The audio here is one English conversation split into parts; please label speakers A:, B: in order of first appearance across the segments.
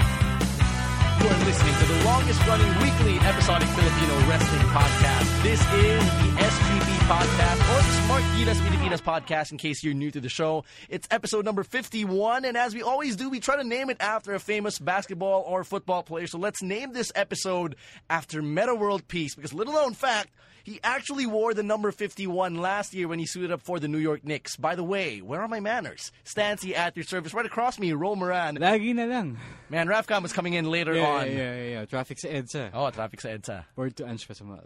A: You are listening to the longest running weekly episodic Filipino wrestling podcast. This is the SGB podcast or the Smart Gilas Pilipinas podcast in case you're new to the show. It's episode number 51 and as we always do, we try to name it after a famous basketball or football player. So let's name this episode after Meta World Peace because little known fact, he actually wore the number 51 last year when he suited up for the New York Knicks. By the way, where are my manners? Stancy at your service. Right across me, Ro Moran.
B: Lagi na lang.
A: Man, Rafcom is coming in later
B: Yeah,
A: on.
B: yeah, yeah, yeah, yeah. Traffic sa EDSA.
A: Oh, traffic sa EDSA.
B: Word to Ange Pasamal.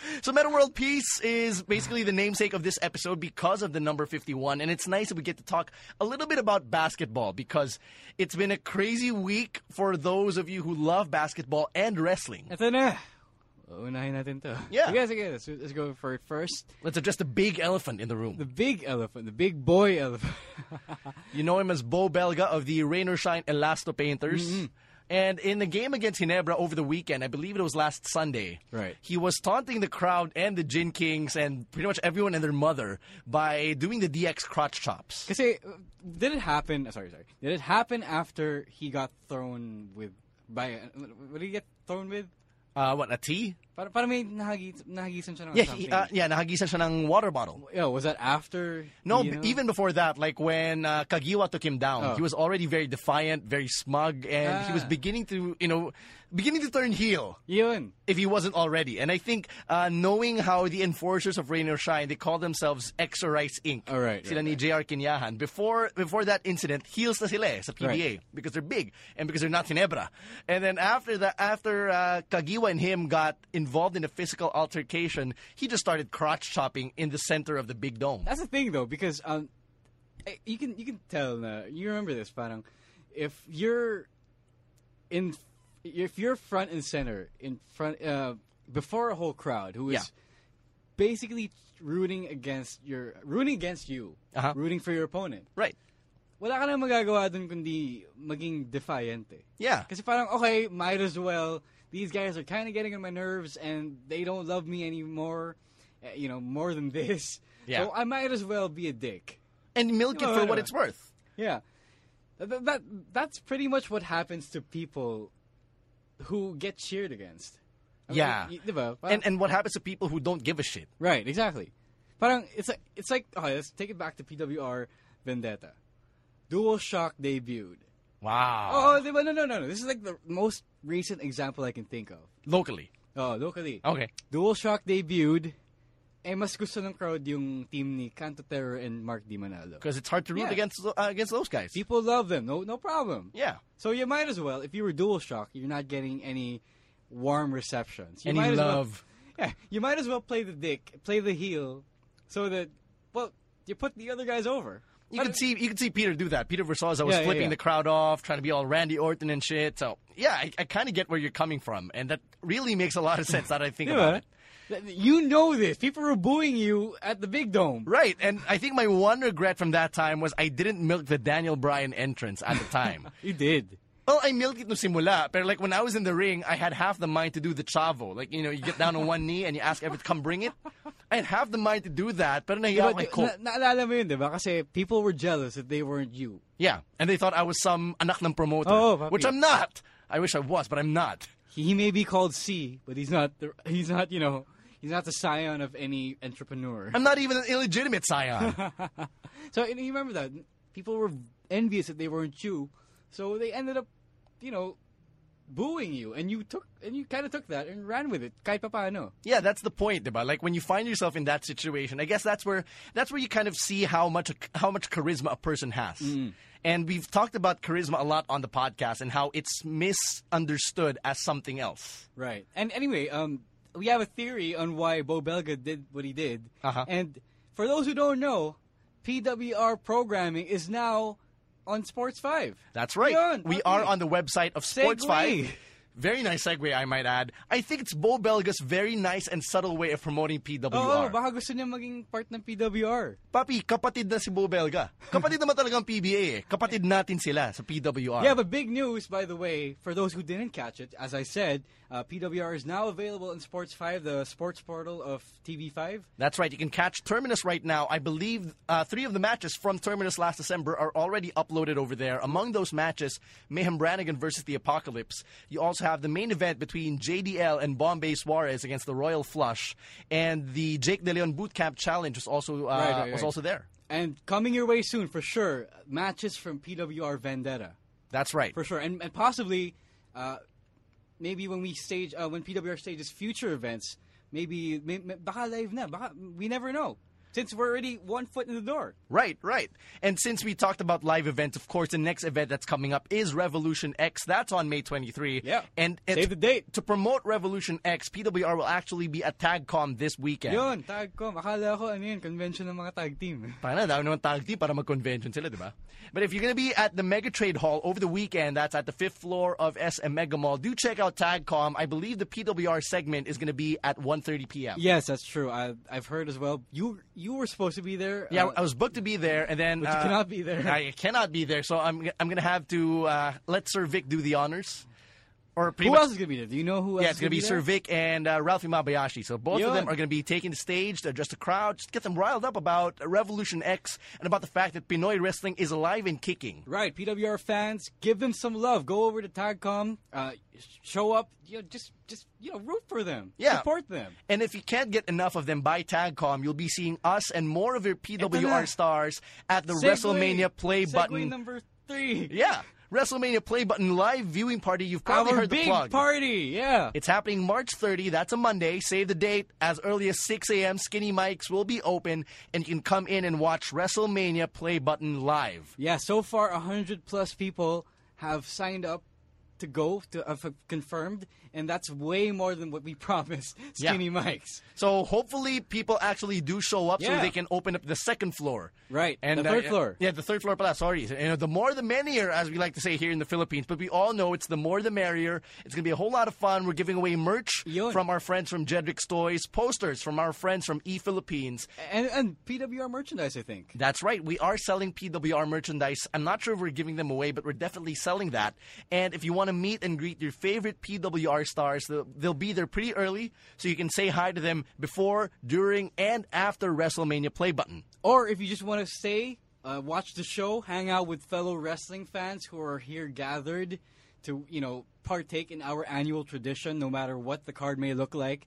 A: So Meta World Peace is basically the namesake of this episode because of the number 51 and it's nice that we get to talk a little bit about basketball because it's been a crazy week for those of you who love basketball and wrestling.
B: Ito na! Unahin natin to.
A: Yeah.
B: Sige, sige. Let's, let's go for it first.
A: Let's address the big elephant in the room.
B: The big elephant. The big boy elephant.
A: You know him as Bo Belga of the Rain or Shine Elasto Painters.
B: Mm-hmm.
A: And in the game against Ginebra over the weekend, I believe it was last Sunday,
B: Right.
A: he was taunting the crowd and the Gin Kings and pretty much everyone and their mother by doing the DX crotch chops.
B: Kasi, uh, did it happen... uh, Sorry, sorry. Did it happen after he got thrown with... By... uh, What did he get thrown with?
A: Uh, what, a tea?
B: Para, para may nahagis, nahagisan siya ng
A: Yeah,
B: something.
A: he, uh, yeah, nahagisan siya ng water bottle.
B: yeah, was that after...
A: No,
B: you know?
A: even before that, like when uh, Kagiwa took him down,
B: Oh.
A: he was already very defiant, very smug, and he was
B: Ah.
A: beginning to, you know, beginning to turn heel.
B: Yun.
A: if he wasn't already. And I think uh, knowing how the enforcers of Rain or Shine, they call themselves Extra Rice Inc.
B: All right,
A: Sila
B: right,
A: ni
B: right.
A: JR Kinyahan. Before, before that incident, heels na sila eh, sa PBA because they're big and because they're not Ginebra. And then after that, after uh, Kagiwa and him got involved in a physical altercation, he just started crotch chopping in the center of the big dome.
B: That's the thing though, because um, eh, you can you can tell na you remember this, parang if you're in if you're front and center in front uh, before a whole crowd who is
A: Yeah.
B: basically rooting against your rooting against you,
A: Uh-huh.
B: rooting for your opponent.
A: Right.
B: Wala ka nang magagawa dun kundi maging defiant. eh.
A: Yeah.
B: Kasi parang okay, might as well. These guys are kind of getting on my nerves, and they don't love me anymore. eh, You know, more than this.
A: Yeah.
B: So I might as well be a dick.
A: And milk it
B: No,
A: for
B: no,
A: what
B: no.
A: it's worth.
B: Yeah. Th- th- that that's pretty much what happens to people who get cheered against. I mean,
A: Yeah.
B: y- diba? Parang-
A: And, and what happens to people who don't give a shit?
B: right, exactly. Parang it's like it's like okay, let's take it back to PWR Vendetta. Dual Shock debuted.
A: Wow.
B: Oh, diba? no, no, no, no. This is like the most recent example I can think of.
A: Locally.
B: Oh, locally.
A: Okay.
B: DualShock debuted. Eh, mas gusto ng crowd yung team ni Canto Terror and Mark Di Manalo.
A: Because it's hard to root
B: Yeah.
A: against, uh, against those guys.
B: People love them. No, no problem.
A: Yeah.
B: So you might as well, if you were DualShock, you're not getting any warm receptions. You
A: Any
B: might as well-
A: love.
B: yeah, you might as well play the dick, play the heel, so that well, you put the other guys over.
A: You could see you could see Peter do that. Peter Versaza was
B: Yeah, yeah,
A: flipping
B: yeah.
A: the crowd off, trying to be all Randy Orton and shit. So yeah, I, I kind of get where you're coming from, and that really makes a lot of sense now that I think about
B: Diba?
A: it.
B: Th- You know this. People were booing you at the big dome.
A: Right, and I think my one regret from that time was I didn't milk the Daniel Bryan entrance at the time.
B: You did.
A: well, I milked it no simula, but like when I was in the ring, I had half the mind to do the chavo. Like you know, you get down on one knee and you ask everyone to come bring it. I had half the mind to do that, but
B: Diba,
A: yeah, like, cool.
B: na- naalala mo yun, diba? Kasi people were jealous that they weren't you.
A: yeah, and they thought I was some anak ng promoter,
B: Oo, papi.
A: which I'm not. I wish I was, but I'm not.
B: He, he may be called C, but he's not. The, he's not. You know, he's not the scion of any entrepreneur.
A: I'm not even an illegitimate scion.
B: So and you remember that people were envious that they weren't you, so they ended up, you know, booing you, and you took and you kind of took that and ran with it. Kahit papaano.
A: yeah, that's the point, diba? Like when you find yourself in that situation, I guess that's where that's where you kind of see how much how much charisma a person has. And we've talked about charisma a lot on the podcast and how it's misunderstood as something else.
B: Right. And anyway, um, we have a theory on why Bo Belga did what he did.
A: Uh-huh.
B: And for those who don't know, PWR programming is now on Sports Five.
A: That's right.
B: Yun,
A: we
B: okay.
A: are on the website of Sports
B: Segue.
A: Five. Very nice segue, I might add. I think it's Bo Belga's very nice and subtle way of promoting PWR.
B: Oo, Oh, baka gusto niya maging part ng PWR.
A: Papi, kapatid na si Bo Belga. Kapatid naman talagang PBA eh. Kapatid natin sila sa PWR.
B: Yeah, but big news, by the way, for those who didn't catch it, as I said, uh, PWR is now available in Sports 5, the sports portal of TV5.
A: That's right. You can catch Terminus right now. I believe uh, three of the matches from Terminus last December are already uploaded over there. Among those matches, Mayhem Brannigan versus the Apocalypse. You also have the main event between JDL and Bombay Suarez against the Royal Flush, and the Jake De Leon Boot Camp Challenge was also uh,
B: Right, right,
A: was
B: right.
A: also there.
B: And coming your way soon, for sure, matches from PWR Vendetta.
A: That's right.
B: For sure. And, and possibly, uh, maybe when we stage, uh, when PWR stages future events, maybe, may, may, baka live na, baka, we never know. Since we're already one foot in the door.
A: Right, right. And since we talked about live events, of course, the next event that's coming up is Revolution X. That's on May 23.
B: Yeah.
A: And
B: Save
A: it's-
B: the date.
A: To promote Revolution X, PWR will actually be at TagCom this weekend.
B: Yun, tag ko. Akala ko, ano yun, convention ng mga tag team.
A: Tangina, dami naman tag team para mag-convention sila, di ba? But if you're gonna be at the Mega Trade Hall over the weekend, that's at the fifth floor of SM Mega Mall, do check out TagCom. I believe the PWR segment is gonna be at 1.30 p.m.
B: Yes, that's true. I, I've heard as well. You you were supposed to be there.
A: Yeah,
B: uh,
A: I was booked to be there, and then
B: But you
A: uh,
B: cannot be there.
A: I cannot be there, so I'm I'm gonna have to uh, let Sir Vic do the honors, or pretty
B: who
A: much.
B: else is gonna be there? Do you know who else?
A: yeah, it's
B: is gonna
A: gonna be Sir
B: there?
A: Vic and uh, Ralphie Mabayashi. So both of
B: Yun.
A: them are gonna be taking the stage to address the crowd, just get them riled up about Revolution X and about the fact that Pinoy wrestling is alive and kicking.
B: Right, PWR fans, give them some love. Go over to Tagcom, uh, show up. You know, just just you know, root for them.
A: Yeah.
B: support them.
A: And if you can't get enough of them by TagCom, you'll be seeing us and more of your
B: Ito na.
A: PWR stars at the
B: Segue-
A: WrestleMania Play
B: segue
A: Button.
B: number three.
A: yeah, WrestleMania Play Button live viewing party. You've probably
B: our
A: heard the
B: big
A: plug.
B: party. Yeah,
A: It's happening March 30. That's a Monday. Save the date. As early as 6 a.m., Skinny Mics will be open, and you can come in and watch WrestleMania Play Button live.
B: yeah. So far, hundred plus people have signed up to go to have confirmed, and that's way more than what we promised.
A: Yeah.
B: Skinny mics.
A: So hopefully people actually do show up
B: Yeah.
A: so they can open up the second floor.
B: Right, the third
A: uh,
B: floor.
A: Yeah, the third floor pala, sorry. You know, the more the merrier, as we like to say here in the Philippines. But we all know it's the more the merrier. It's going to be a whole lot of fun. We're giving away merch
B: Yun.
A: from our friends from Jedrick's Toys, posters from our friends from E E-Philippines.
B: and and PWR merchandise, I think.
A: That's right. We are selling PWR merchandise. I'm not sure if we're giving them away, but we're definitely selling that. And if you want to meet and greet your favorite PWR stars, they'll, they'll be there pretty early, so you can say hi to them before, during, and after WrestleMania Play Button.
B: Or if you just want to stay, uh, watch the show, hang out with fellow wrestling fans who are here gathered to, you know, partake in our annual tradition, no matter what the card may look like.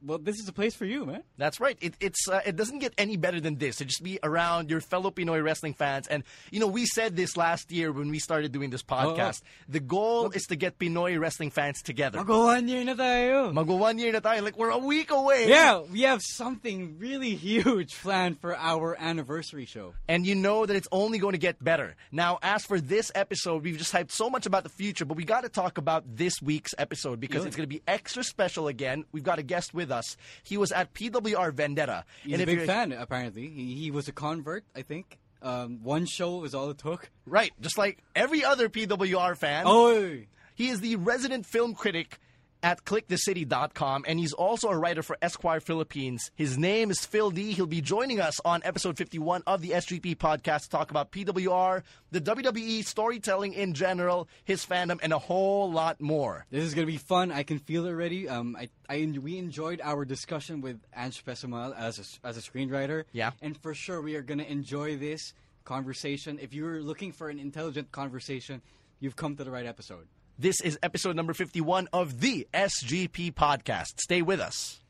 B: Well, this is the place for you, man.
A: That's right. It, it's uh, it doesn't get any better than this. To just be around your fellow Pinoy wrestling fans, and you know we said this last year when we started doing this podcast. The goal is to get Pinoy wrestling fans together.
B: Go one year na tayo.
A: Mag one year na tayo. Like we're a week away.
B: Yeah, we have something really huge planned for our anniversary show.
A: and you know that it's only going to get better. Now, as for this episode, we've just hyped so much about the future, but we got to talk about this week's episode because it's going to be extra special again. We've got a guest with us. He was at PWR Vendetta.
B: He's a big fan, apparently. He, he was a convert, I think. Um, one show was all it took.
A: Right, just like every other PWR fan.
B: Oh,
A: He is the resident film critic at clickthecity.com, and he's also a writer for Esquire Philippines. His name is Phil D. He'll be joining us on episode 51 of the SGP podcast to talk about PWR, the WWE, storytelling in general, his fandom, and a whole lot more.
B: This is gonna be fun. I can feel it already. Um, I, I we enjoyed our discussion with Ange Pessomal as a, as a screenwriter.
A: Yeah.
B: and for sure we are gonna enjoy this conversation. If you're looking for an intelligent conversation, you've come to the right episode.
A: This is episode number 51 of the SGP podcast. Stay with us.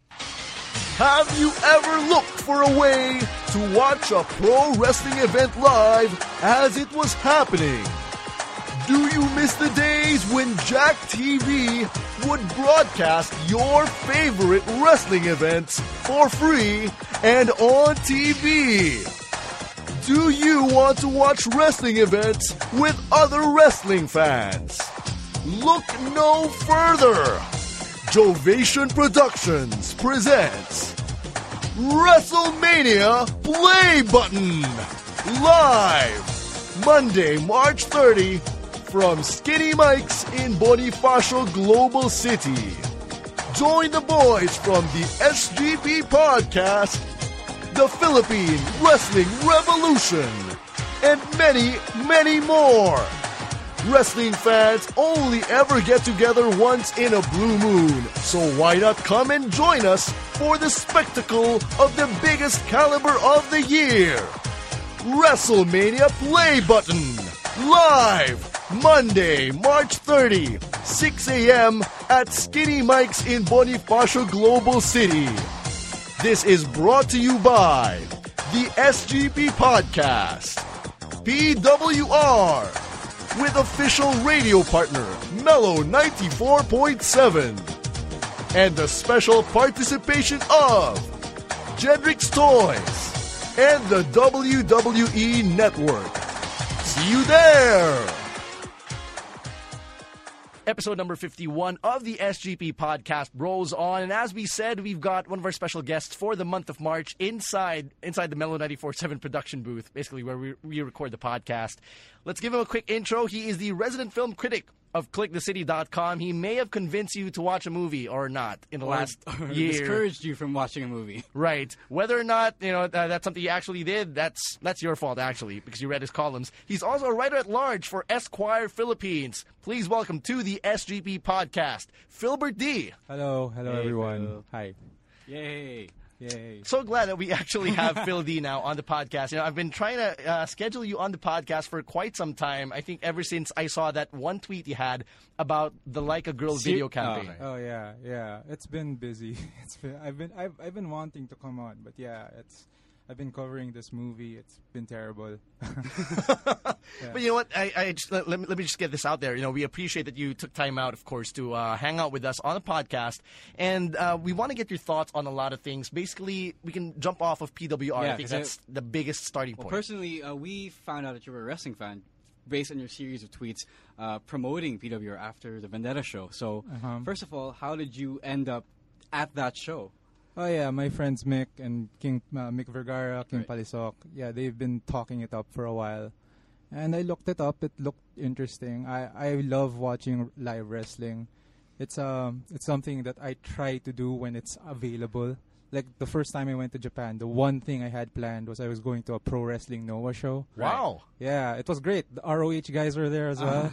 A: Have you ever looked for a way to watch a pro wrestling event live as it was happening? Do you miss the days when Jack TV would broadcast your favorite wrestling events for free and on TV? Do you want to watch wrestling events with other wrestling fans? Look no further.
C: Jovation Productions presents WrestleMania Play Button live Monday, March 30 from Skinny Mike's in Bonifacio Global City. Join the boys from the SGP podcast, the Philippine Wrestling Revolution, and many, many more. Wrestling fans only ever get together once in a blue moon, so why not come and join us for the spectacle of the biggest caliber of the year? WrestleMania Play Button, live Monday, March 30, 6 a.m. at Skinny Mike's in Bonifacio Global City. This is brought to you by the SGP Podcast, PWR with official radio partner Mellow 94.7 and the special participation of Jedrick's Toys and the WWE Network. See you there!
A: Episode number 51 of the SGP podcast rolls on. And as we said, we've got one of our special guests for the month of March inside inside the Mellow 94.7 production booth, basically where we, we record the podcast. Let's give him a quick intro. He is the resident film critic of clickthecity.com. He may have convinced you to watch a movie or not in the last
B: Or
A: year.
B: discouraged you from watching a movie.
A: Right. Whether or not you know uh, that's something you actually did, that's that's your fault actually, because you read his columns. He's also a writer at large for Esquire Philippines. Please welcome to the SGP podcast, Philbert D.
D: Hello, hello
B: Hey,
D: everyone.
B: Phil.
D: Hi.
B: Yay!
D: Yay.
A: So glad that we actually have Phil D now on the podcast. You know, I've been trying to uh, schedule you on the podcast for quite some time. I think ever since I saw that one tweet you had about the Like a Girl
B: See-
A: video
B: oh,
A: campaign.
B: right.
D: Oh yeah, yeah. It's been busy. It's been I've been I've I've been wanting to come on, but yeah, it's I've been covering this movie. It's been terrible.
A: But you know what? I, I just, let, let me, let me just get this out there. You know, we appreciate that you took time out, of course, to uh, hang out with us on the podcast, and uh, we want to get your thoughts on a lot of things. Basically, we can jump off of PWR. I
B: Yeah,
A: think
B: 'cause I-
A: that's the biggest starting point.
B: Personally, uh, we found out that you were a wrestling fan based on your series of tweets uh, promoting PWR after the Vendetta show. So,
D: Uh-huh.
B: first of all, how did you end up at that show?
D: oh yeah, my friends Mick and King uh, Mick Vergara, King Palisok. Yeah, they've been talking it up for a while. And I looked it up. It looked interesting. I I love watching live wrestling. It's um it's something that I try to do when it's available. Like the first time I went to Japan, the one thing I had planned was I was going to a pro wrestling Noah show.
A: wow.
D: Yeah, it was great. The ROH guys were there
B: Ah.
D: as well.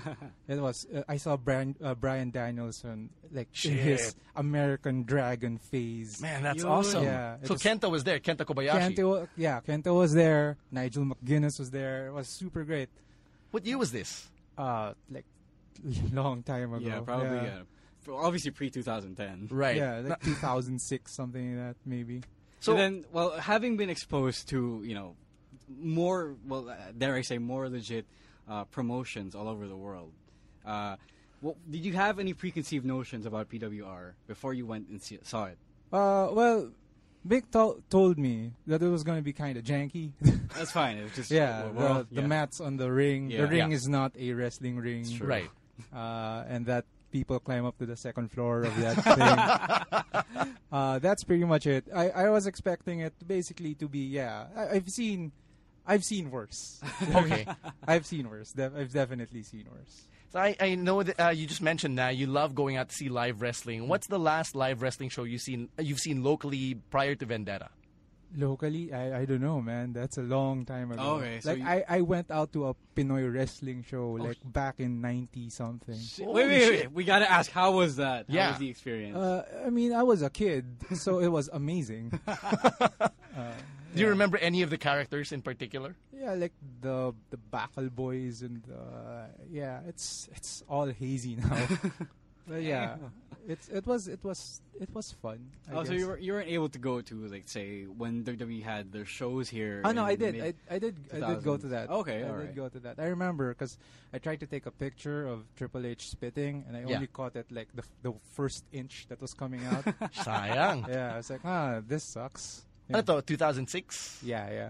D: it was. Uh, I saw Brian uh, Brian Danielson like in his American Dragon phase.
A: Man, that's
B: Yo.
A: awesome.
D: Yeah, it
A: so
D: was-
A: Kenta was there, Kenta Kobayashi.
D: Kenta, wa- yeah, Kenta was there. Nigel McGuinness was there. It was super great.
A: what year was this?
D: Uh, like long time ago.
B: Yeah, probably. Yeah. Well, Obviously, pre 2010.
A: Right.
D: Yeah, like 2006, something like that, maybe.
A: So
B: and then, well, having been exposed to you know more, well, uh, dare I say, more legit uh, promotions all over the world. Uh, well, did you have any preconceived notions about PWR before you went and see, saw it?
D: Uh, well, Vic to- told me that it was going to be kind of janky.
B: That's fine. It was just
D: yeah,
B: well, well,
D: the, the
B: yeah.
D: mats on the ring.
B: Yeah.
D: The ring
A: Yeah.
D: is not a wrestling ring.
B: true.
A: right.
D: uh, and that people climb up to the second floor of that thing. uh, that's pretty much it. I, I was expecting it basically to be yeah. I, I've seen, I've seen worse.
A: Okay.
D: I've seen worse. De- I've definitely seen worse.
A: So I, I know that uh, you just mentioned that you love going out to see live wrestling. What's the last live wrestling show you've seen you've seen locally prior to Vendetta?
D: Locally, I, I don't know, man. That's a long time ago.
B: Okay, so
D: like
B: you- Oh,
D: I, I went out to a Pinoy wrestling show like back in ninety something.
B: Wait, wait, wait, wait. We gotta ask, how was that?
A: Yeah.
B: How was the experience?
D: Uh, I mean, I was a kid, so it was amazing.
A: Do you remember any of the characters in particular?
D: Yeah, like the the Backle Boys and uh, yeah, it's it's all hazy now. but yeah, it's it was it was it was fun. I
B: oh, so
D: guess.
B: you, were, you weren't able to go to, like, say, when WWE had their shows here.
D: Oh no,
B: in
D: I
B: the
D: did. I,
B: mid-
D: I did. I did go to
B: 2000s.
D: that.
B: Okay,
D: I
B: all
D: did
B: right.
D: go to that. I remember because I tried to take a picture of Triple H spitting, and I
A: Yeah.
D: only caught it like the f- the first inch that was coming out.
A: Sayang.
D: yeah, I was like, ah, this sucks.
A: Ano
B: Uh,
A: to,
D: Yeah,
A: 2006?
D: yeah, yeah.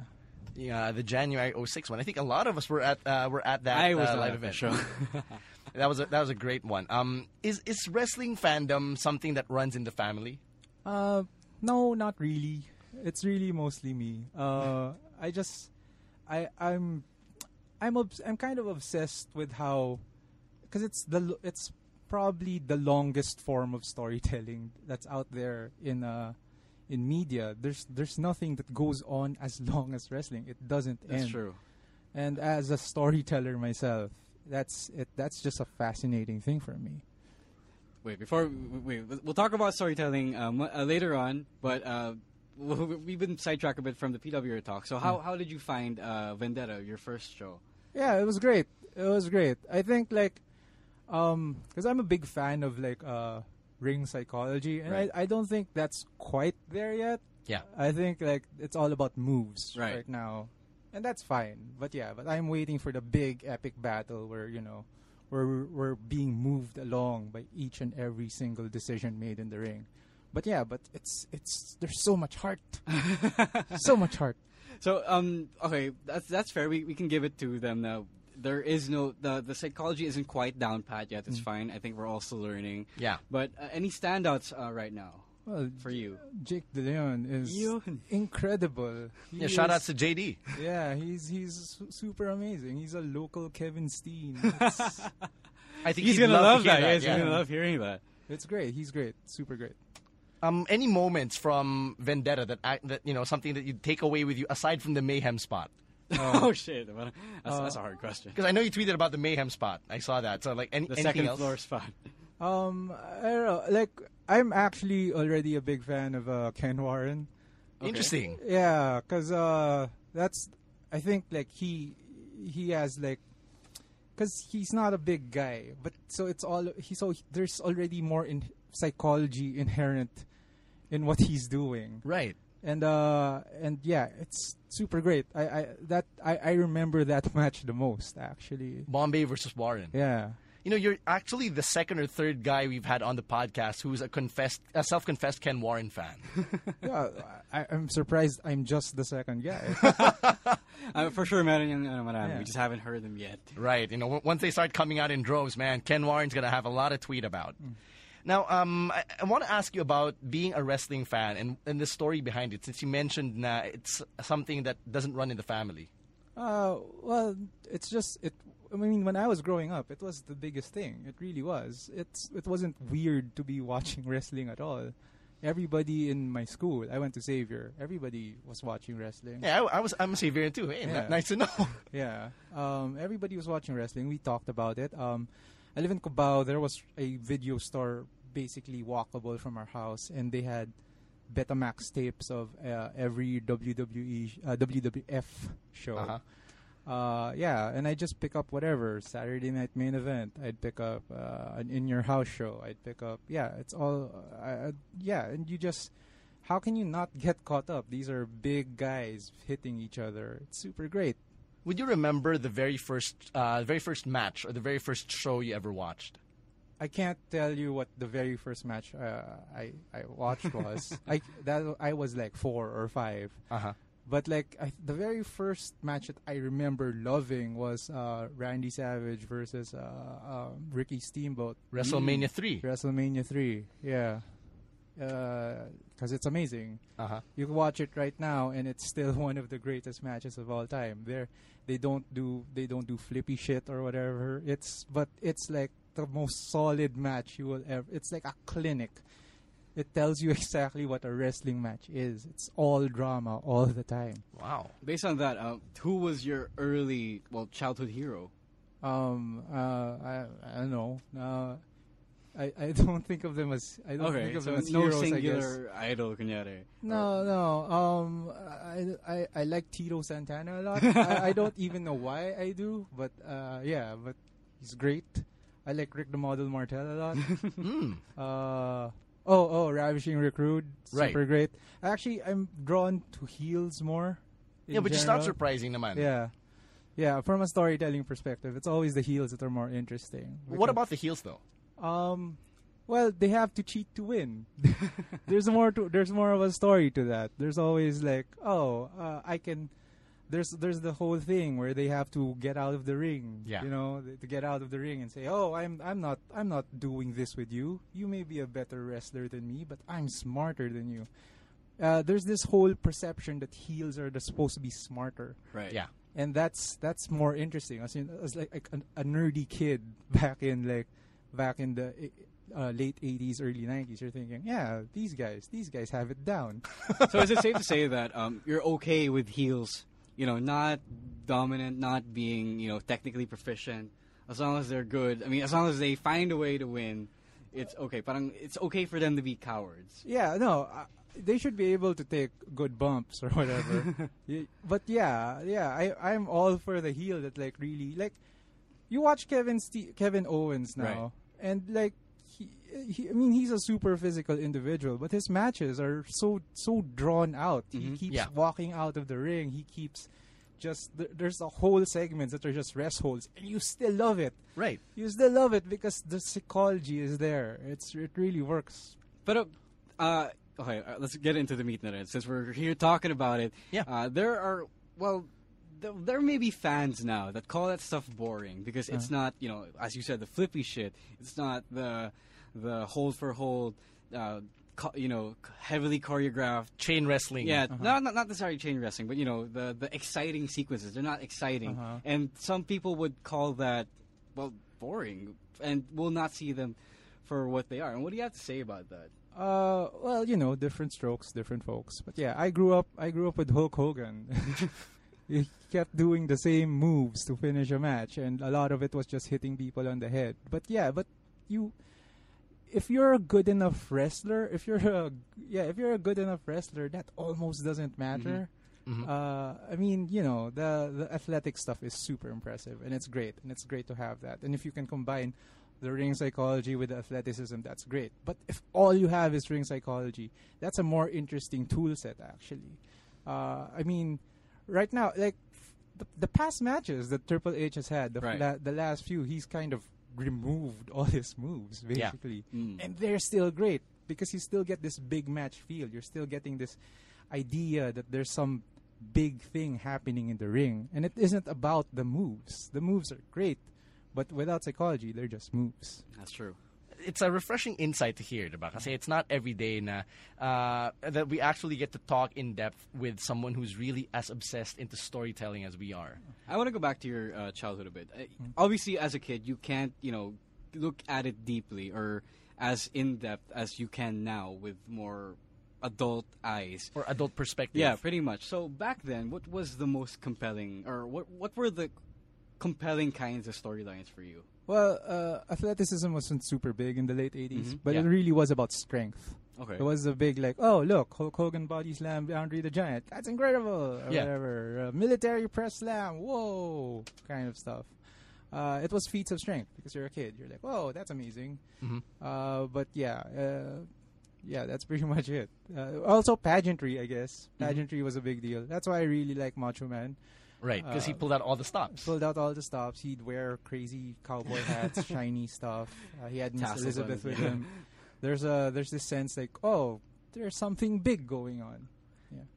A: Yeah, the January 06 one. I think a lot of us were at uh, were at that
B: I was
A: uh,
B: not
A: live event.
B: at that show.
A: That was a, that was a great one. Um, is is wrestling fandom something that runs in the family?
D: Uh, no, not really. It's really mostly me. Uh, I just, I, I'm, I'm, obs- I'm kind of obsessed with how, because it's the, l- it's probably the longest form of storytelling that's out there in, uh, in media. There's, there's nothing that goes on as long as wrestling. It doesn't end.
B: That's true.
D: And as a storyteller myself, that's it. That's just a fascinating thing for me.
B: Wait, before we, we- we'll talk about storytelling um, uh, later on, but uh, we've been sidetracked a bit from the PW talk. So
A: Mm.
B: how, how did you find uh, Vendetta, your first show?
D: Yeah, it was great. It was great. I think like, um, because I'm a big fan of like uh ring psychology, and
A: Right.
D: I, I don't think that's quite there yet.
A: Yeah.
D: I think like it's all about moves
B: Right.
D: right, now, and that's fine. But yeah, but I'm waiting for the big epic battle where you know, where we're, we're being moved along by each and every single decision made in the ring. But yeah, but it's it's there's so much heart, so much heart.
B: So um, okay, that's that's fair. We, we can give it to them now. There is no the the psychology isn't quite down pat yet. It's fine. I think we're all still learning.
A: Mm. Yeah.
B: But uh, any standouts uh, right now
D: Well,
B: for you?
D: Jake De Leon is
B: Yun.
D: incredible. He
A: Yeah, shout
D: is-
A: out to JD.
D: Yeah, he's he's su- super amazing. He's a local Kevin Steen. It's,
A: I think
B: He's
A: he'd
B: gonna
A: love,
B: love
A: to hear
B: that. Yes, he's
A: yeah.
B: gonna love hearing that.
D: it's great. He's great. Super great.
A: Um, any moments from Vendetta that I, that you know something that you take away with you aside from the mayhem spot?
B: oh shit, well, that's,
A: uh,
B: that's a hard question.
A: Because I know you tweeted about the mayhem spot. I saw that. So like any,
B: The
A: anything
B: second
A: else?
B: floor spot.
D: Um, I don't know. Like, I'm actually already a big fan of uh, Ken Warren.
A: Interesting.
D: Yeah, cause uh, that's I think like he he has like cause he's not a big guy, but so it's all he so there's already more in psychology inherent in what he's doing.
A: Right.
D: and uh and yeah it's super great i i that i i remember that match the most actually
A: Bombay versus Warren.
D: yeah
A: You know, you're actually the second or third guy we've had on the podcast who's a confessed, a self-confessed Ken Warren fan.
D: yeah I, i'm surprised i'm just the second guy
B: Uh, for sure, meron yung ano, marami.
D: Yeah.
B: We just haven't heard them yet.
A: Right. You know, w- once they start coming out in droves, man, Ken Warren's going to have a lot of tweet about.
D: Mm.
A: Now, um, I, I want to ask you about being a wrestling fan and, and the story behind it, since you mentioned na it's something that doesn't run in the family.
D: uh well it's just it i mean when i was growing up it was the biggest thing it really was it's it wasn't weird to be watching wrestling at all everybody in my school i went to xavier everybody was watching wrestling
A: Yeah, I, I was, I'm a Severian too. Hey, n-
D: Yeah.
A: nice to know.
D: Yeah. Um, everybody was watching wrestling. We talked about it. Um, I live in Cubao. There was a video store basically walkable from our house, and they had Betamax tapes of uh, every WWE, sh- uh, WWF show.
A: Uh-huh.
D: Uh, yeah, and I just pick up whatever Saturday night main event. I'd pick up uh, an in your house show. I'd pick up yeah, it's all I, I, yeah, and you just how can you not get caught up? These are big guys hitting each other. It's super great.
A: Would you remember the very first, uh, very first match or the very first show you ever watched?
D: Mm. I can't tell you what the very first match uh, I I watched was. I that I was like four or five.
A: Uh-huh.
D: But like I, the very first match that I remember loving was uh, Randy Savage versus uh, um, Ricky Steamboat
A: WrestleMania 3.
D: WrestleMania three. Yeah, because it's amazing.
A: Uh-huh.
D: You can watch it right now, and it's still one of the greatest matches of all time. There, they don't do they don't do flippy shit or whatever. It's but it's like the most solid match you will ever. It's like a clinic. It tells you exactly what a wrestling match is. It's all drama all the time.
A: Wow.
B: Based on that, uh, who was your early, well, childhood hero?
D: Um, uh, I I don't know. Uh, I I don't think of them as I don't think
B: Okay,
D: of
B: so
D: them as
B: no
D: heroes. I guess.
B: singular idol, kunyari.
A: Oh.
D: No, no. Um, I, I, I like Tito Santana a lot. I, I don't even know why I do, but uh, yeah, but he's great. I like Rick the Model Martel a lot.
A: Hmm.
D: uh, oh, oh, Ravishing Recruit,
A: Right.
D: super great. Actually, I'm drawn to heels more.
A: yeah, but it's not
D: surprised.
A: surprising naman.
D: Yeah, yeah. From a storytelling perspective, it's always the heels that are more interesting.
A: What
D: Because-
A: about the heels though?
D: um, well, they have to cheat to win. there's more to there's more of a story to that. There's always like, oh, uh, I can, there's there's the whole thing where they have to get out of the ring.
A: Yeah.
D: You know, th- to get out of the ring and say, "Oh, I'm I'm not I'm not doing this with you. You may be a better wrestler than me, but I'm smarter than you." Uh, there's this whole perception that heels are the, supposed to be smarter,
B: Right.
A: Yeah.
D: and that's that's more interesting. As in, as like, like an, a nerdy kid back in like back in the uh, late '80s, early '90s, you're thinking, "Yeah, these guys, these guys have it down."
B: so is it safe to say that um, you're okay with heels? You know, not dominant, not being you know technically proficient, as long as they're good. I mean, as long as they find a way to win, it's okay. But it's okay for them to be cowards.
D: Yeah, no, uh, they should be able to take good bumps or whatever. Y- but yeah, yeah, I I'm all for the heel that like really like you watch Kevin Ste- Kevin Owens now and like he, he I mean he's a super physical individual, but his matches are so so drawn out. He keeps
A: Mm-hmm. Yeah.
D: walking out of the ring. He keeps just th- there's a whole segments that are just rest holds, and you still love it.
A: Right.
D: You still love it because the psychology is there. It's it really works.
B: But uh, uh, okay, uh, let's get into the meat of it since we're here talking about it.
A: Yeah.
B: Uh, there are well, th- there may be fans now that call that stuff boring because it's not you know as you said the flippy shit. It's not the the hold for hold. Uh, co- you know, heavily choreographed
A: Chain wrestling.
B: Yeah, not, not not necessarily chain wrestling, but you know the the exciting sequences. They're not exciting, and some people would call that well boring, and will not see them for what they are. And what do you have to say about that?
D: Uh, well, you know, different strokes, different folks. But yeah, I grew up. I grew up with Hulk Hogan. he kept doing the same moves to finish a match, and a lot of it was just hitting people on the head. But yeah, but you, if you're a good enough wrestler, if you're a yeah, if you're a good enough wrestler, that almost doesn't matter. Uh, I mean, you know, the the athletic stuff is super impressive, and it's great, and it's great to have that. And if you can combine the ring psychology with the athleticism, that's great. But if all you have is ring psychology, that's a more interesting tool set, actually. Uh, I mean, right now, like the, the past matches that Triple H has had, the,
B: Right.
D: la- the last few, he's kind of removed all his moves,
A: Yeah.
D: basically. And they're still great because you still get this big match feel. You're still getting this idea that there's some big thing happening in the ring. And it isn't about the moves. The moves are great, but without psychology, they're just moves.
B: That's true.
A: it's a refreshing insight to hear, diba? Kasi it's not every day na uh, that we actually get to talk in depth with someone who's really as obsessed into storytelling as we are.
B: I want to go back to your uh, childhood a bit. Uh,
A: Hmm.
B: Obviously, as a kid, you can't you know look at it deeply or as in depth as you can now with more adult eyes.
A: Or adult perspective.
B: Yeah, pretty much. So back then, what was the most compelling, or what what were the compelling kinds of storylines for you?
D: Well, uh, athleticism wasn't super big in the late 80s, but
B: yeah.
D: it really was about strength.
B: Okay.
D: It was a big, like, oh, look, Hulk Hogan body slam, Andre the Giant. That's incredible. Or
A: Yeah.
D: whatever. Uh, military press slam. Whoa. Kind of stuff. Uh, it was feats of strength because you're a kid. You're like, whoa, that's amazing. Uh, but yeah, uh, yeah, that's pretty much it. Uh, also, pageantry, I guess. Pageantry was a big deal. That's why I really like Macho Man
A: Right, because he pulled out all the stops.
D: pulled out all the stops. He'd wear crazy cowboy hats, shiny stuff. Uh, he had Miss
B: Tassels on
D: Elizabeth
B: his-
D: with him. There's a there's this sense like, oh, there's something big going on.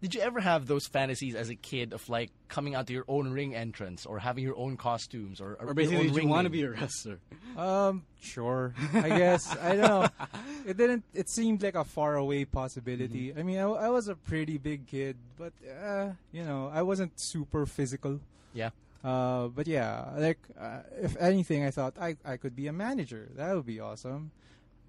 A: Did you ever have those fantasies as a kid of like coming out to your own ring entrance or having your own costumes or,
B: Or
A: your
B: basically,
A: own
B: did you
A: ring
B: want to
A: name?
B: be a wrestler?
D: Um, sure. I guess I don't know. It didn't. It seemed like a faraway possibility. I mean, I, w- I was a pretty big kid, but uh, you know, I wasn't super physical.
A: Yeah.
D: Uh, but yeah, like uh, if anything, I thought I, I could be a manager. That would be awesome.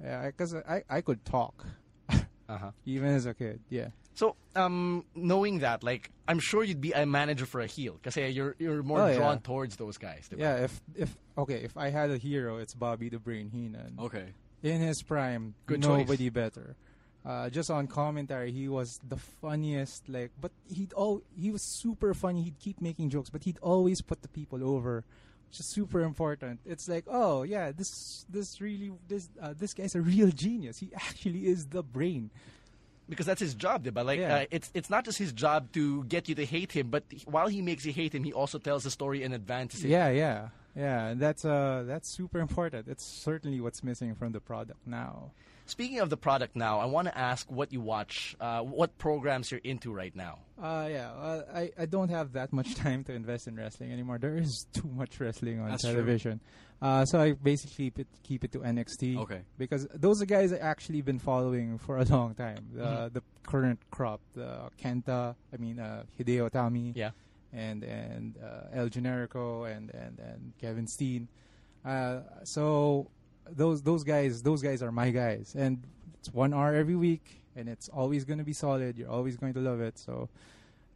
D: Yeah, because I, I could talk,
A: Uh-huh.
D: even as a kid. Yeah.
A: So, um, knowing that, like, I'm sure you'd be a manager for a heel because you're you're more
D: Oh, yeah.
A: drawn towards those guys. diba?
D: Yeah. If if okay, if I had a hero, it's Bobby the Brain Heenan.
B: Okay.
D: in his prime,
A: Good choice.
D: nobody better. Uh, just on commentary, he was the funniest. Like, but he'd all he was super funny. He'd keep making jokes, but he'd always put the people over, which is super important. It's like, oh yeah, this this really this uh, this guy's a real genius. He actually is the brain.
A: because that's his job, diba? Like,
D: Yeah.
A: uh, it's it's not just his job to get you to hate him, but while he makes you hate him, he also tells the story and advances it.
D: Yeah, yeah. Yeah, that's uh that's super important. It's certainly what's missing from the product now.
A: Speaking of the product now, I want to ask what you watch, uh, what programs you're into right now.
D: Uh, yeah, well, I, I don't have that much time to invest in wrestling anymore. There is too much wrestling on
B: That's true.
D: television. Uh, so I basically keep it, keep it to NXT.
B: Okay.
D: Because those are guys I actually been following for a long time. The,
B: Mm-hmm.
D: the current crop, the Kenta, I mean uh, Hideo Tami,
A: Yeah.
D: and and uh, El Generico and, and, and Kevin Steen. Uh, so those those guys those guys are my guys, and it's one hour every week, and it's always going to be solid. You're always going to love it. So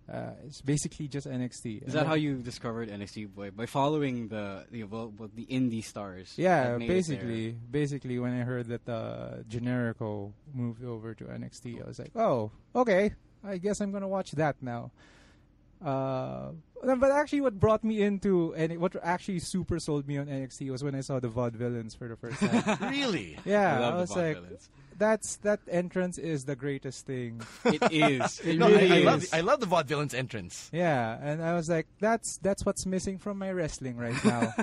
D: uh, it's basically just NXT.
B: Is
D: And
B: that how
D: then-
B: you discovered NXT by by following the the evol- well, the indie stars?
D: Yeah,
B: that made it there?
D: basically, basically, when I heard that uh, Generico moved over to NXT, I was like, oh, okay, I guess I'm gonna watch that now. Uh, no, but actually, what brought me into and what actually super sold me on NXT was when I saw the Vaudevillains for the first time.
A: Really?
D: yeah,
B: I love
D: I,
B: the
D: was like,
B: Vaudevillains.
D: that's that entrance is the greatest thing.
B: it is. It
A: No,
B: really
A: I, I
B: is.
A: love the, I love the vaudevillain's entrance.
D: Yeah, and I was like, that's that's what's missing from my wrestling right now.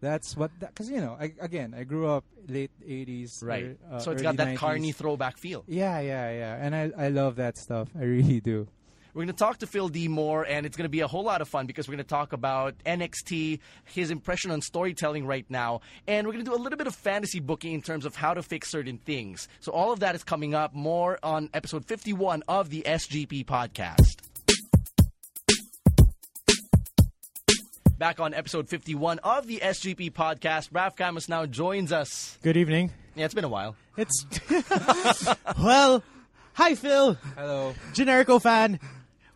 D: that's what because you know, I, again, I grew up late '80s,
A: Right.
D: er- uh,
A: so it's
D: early
A: got that
D: 90s.
A: carny throwback feel.
D: Yeah, yeah, yeah. And I I love that stuff. I really do.
A: We're going to talk to Phil D. Moore, and it's going to be a whole lot of fun because we're going to talk about NXT, his impression on storytelling right now, and we're going to do a little bit of fantasy booking in terms of how to fix certain things. So, all of that is coming up more on episode 51 of the SGP podcast. Back on episode 51 of the SGP podcast, Raf Camus now joins us.
E: Good evening.
A: Yeah, it's been a while.
E: It's well, hi Phil,
D: Hello.
E: Generico fan.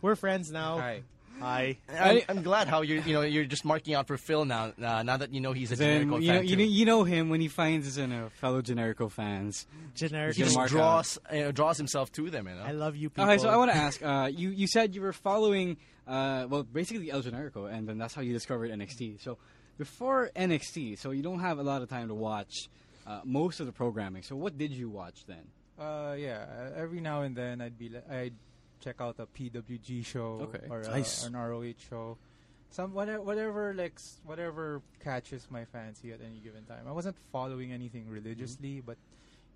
E: We're friends now.
D: Hi.
E: Hi.
A: I'm, I'm glad how you're you know you're just marking out for Phil now uh, now that you know he's a
B: Then
A: Generico
B: you know,
A: fan too.
B: you, know, you know him when he finds us in a fellow Generico fans.
E: Generico.
A: he
B: Gonna
A: just
B: mark
A: draws uh, draws himself to them. You know?
E: I love you people.
B: Okay, so I want to ask. Uh, you you said you were following, uh, well, basically El Generico, and then that's how you discovered NXT. So before NXT, so you don't have a lot of time to watch uh, most of the programming. So what did you watch then?
D: Uh, yeah. uh, Every now and then, I'd be li- I'd check out a PWG show
B: Okay.
D: or uh,
E: Nice.
D: an ROH show. Some whatever, whatever like s- whatever catches my fancy at any given time. I wasn't following anything religiously, but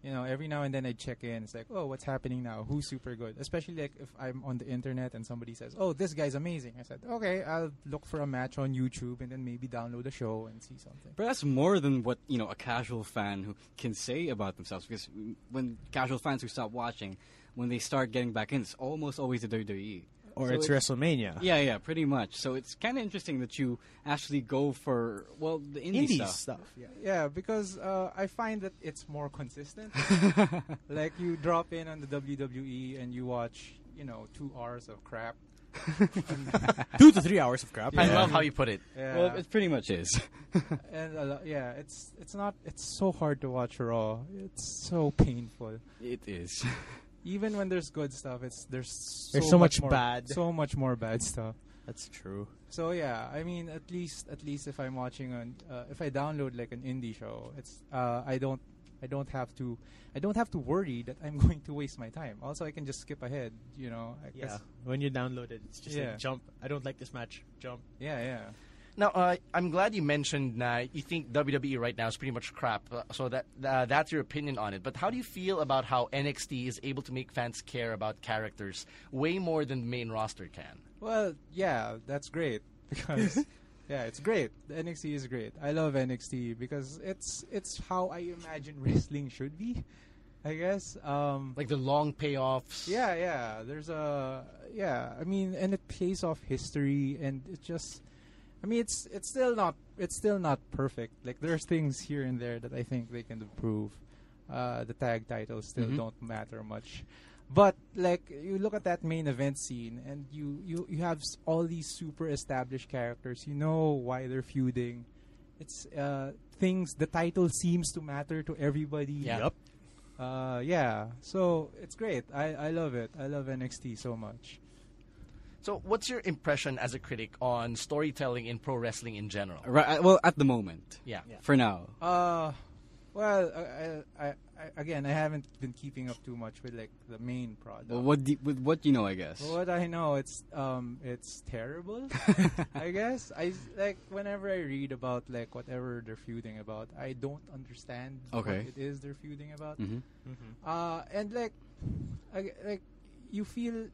D: you know, every now and then I check in. It's like, oh, what's happening now? Who's super good? Especially like if I'm on the internet and somebody says, oh, this guy's amazing. I said, okay, I'll look for a match on YouTube and then maybe download a show and see something.
B: But that's more than what you know a casual fan who can say about themselves. Because when casual fans who stop watching, when they start getting back in, it's almost always the E. WWE.
E: or
B: So
E: it's WrestleMania.
B: Yeah, yeah, pretty much. So it's kind of interesting that you actually go for well the indie
E: Indie
B: stuff.
E: stuff.
D: Yeah, yeah, because uh, I find that it's more consistent. like you drop in on the WWE and you watch, you know, two hours of crap.
E: Two to three hours of crap.
A: I love how you put it.
D: Yeah,
B: Well, it pretty much is.
D: and a lo- yeah, it's it's not it's so hard to watch Raw. It's so painful.
B: it is.
D: Even when there's good stuff, it's there's so
E: There's so much
D: more,
E: bad.
D: so much more bad stuff.
E: That's true.
D: So yeah, I mean, at least at least if I'm watching on uh, if I download like an indie show, it's uh, I don't I don't have to I don't have to worry that I'm going to waste my time. Also, I can just skip ahead. You know, I
E: Yeah.
D: guess-
E: When you download it, it's just
D: Yeah.
E: like jump. I don't like this match. Jump.
D: yeah, yeah.
A: Now uh, I'm glad you mentioned uh, you think WWE right now is pretty much crap. Uh, so that uh, that's your opinion on it. But how do you feel about how NXT is able to make fans care about characters way more than the main roster can?
D: Well, yeah, that's great because yeah, it's great. The NXT is great. I love NXT because it's it's how I imagine wrestling should be. I guess. Um,
A: Like the long payoffs.
D: Yeah, yeah. There's a yeah. I mean, and it plays off history, and it just. I mean, it's it's still not it's still not perfect. Like there's things here and there that I think they can improve. Uh, the tag titles still don't matter much, but like you look at that main event scene, and you you you have s- all these super established characters. You know why they're feuding. It's uh, things. The title seems to matter to everybody.
A: Yeah.
E: Yup.
D: Uh, yeah. So it's great. I, I love it. I love NXT so much.
A: So what's your impression as a critic on storytelling in pro wrestling in
B: uh,
A: general?
B: Right. uh, Well, at the moment.
A: Yeah. Yeah.
B: For now.
D: Uh, well, I, I, I- I, again, I haven't been keeping up too much with like the main product.
B: Well, what do, with what you know, I guess.
D: Well, what I know, it's um, it's terrible. I guess I s- like whenever I read about like whatever they're feuding about, I don't understand
B: Okay.
D: what it is they're feuding about.
B: Mhm.
D: Uh, and like, I, g- like you feel,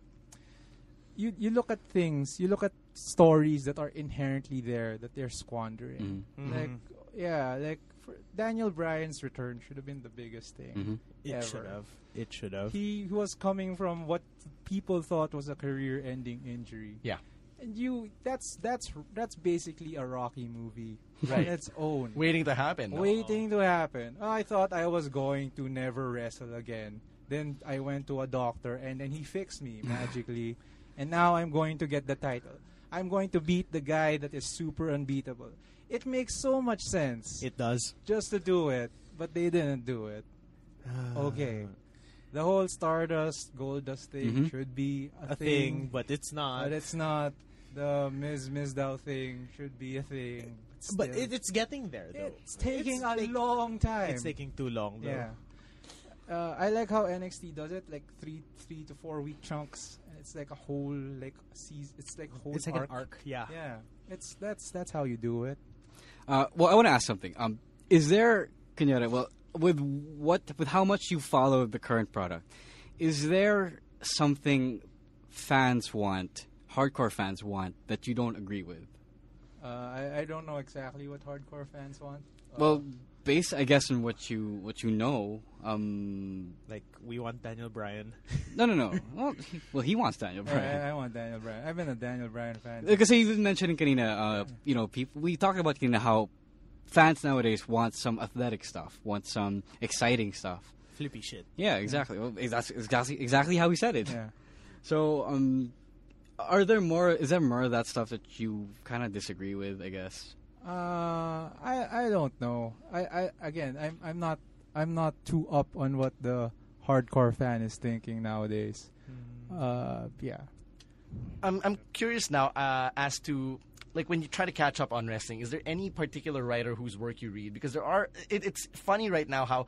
D: you you look at things, you look at stories that are inherently there that they're
B: mm-hmm,
D: squandering.
E: Mm-hmm.
D: Like, yeah, like for Daniel Bryan's return should have been the biggest thing.
B: Mm-hmm.
E: It
D: Ever.
E: should have. It should have.
D: He was coming from what people thought was a career-ending injury.
A: Yeah.
D: And you, that's that's that's basically a Rocky movie
A: Right.
D: on its own,
A: Waiting to happen. no?
D: waiting to happen. I thought I was going to never wrestle again. Then I went to a doctor, and then he fixed me magically, and now I'm going to get the title. I'm going to beat the guy that is super unbeatable. It makes so much sense
E: It does.
D: just to do it, but they didn't do it.
E: Ah.
D: okay. The whole Stardust, Goldust thing should be a,
E: Mm-hmm. A thing, but it's not.
D: but it's not. The Ms. Mizdow thing should be a thing.
E: But
D: still.
E: it, it's getting there, though.
D: It's taking
E: It's
D: a
E: take-
D: long time.
E: It's taking too long, though.
D: yeah. Uh, I like how NXT does it, like three, three to four week chunks. And it's like a whole like season. It's like a whole
E: It's like
D: arc.
E: an arc. Yeah.
D: Yeah, it's that's that's how you do it.
B: Uh, well, I want to ask something. Um, is there, Kenyatta, well, with what, with how much you follow the current product, is there something fans want, hardcore fans want, that you don't agree with?
D: Uh, I, I don't know exactly what hardcore fans want.
B: well, based, I guess, on what you what you know. Um,
E: Like we want Daniel Bryan.
B: no, no, no. well, he, well, he wants Daniel
D: Uh,
B: Bryan.
D: I, I want Daniel Bryan. I've been a Daniel Bryan fan.
B: Because you was mentioning kanina, uh, you know, people. We talked about kanina how fans nowadays want some athletic stuff, want some exciting stuff.
E: Flippy shit.
B: Yeah, exactly. Well, that's exactly exactly how he said it.
D: yeah.
B: So, um, are there more? Is there more of that stuff that you kind of disagree with? I guess.
D: Uh, I I don't know. I, I again, I'm I'm not I'm not too up on what the hardcore fan is thinking nowadays.
E: Hmm.
D: Uh, yeah.
A: I'm I'm curious now uh, as to like when you try to catch up on wrestling, is there any particular writer whose work you read? Because there are. It, it's funny right now how.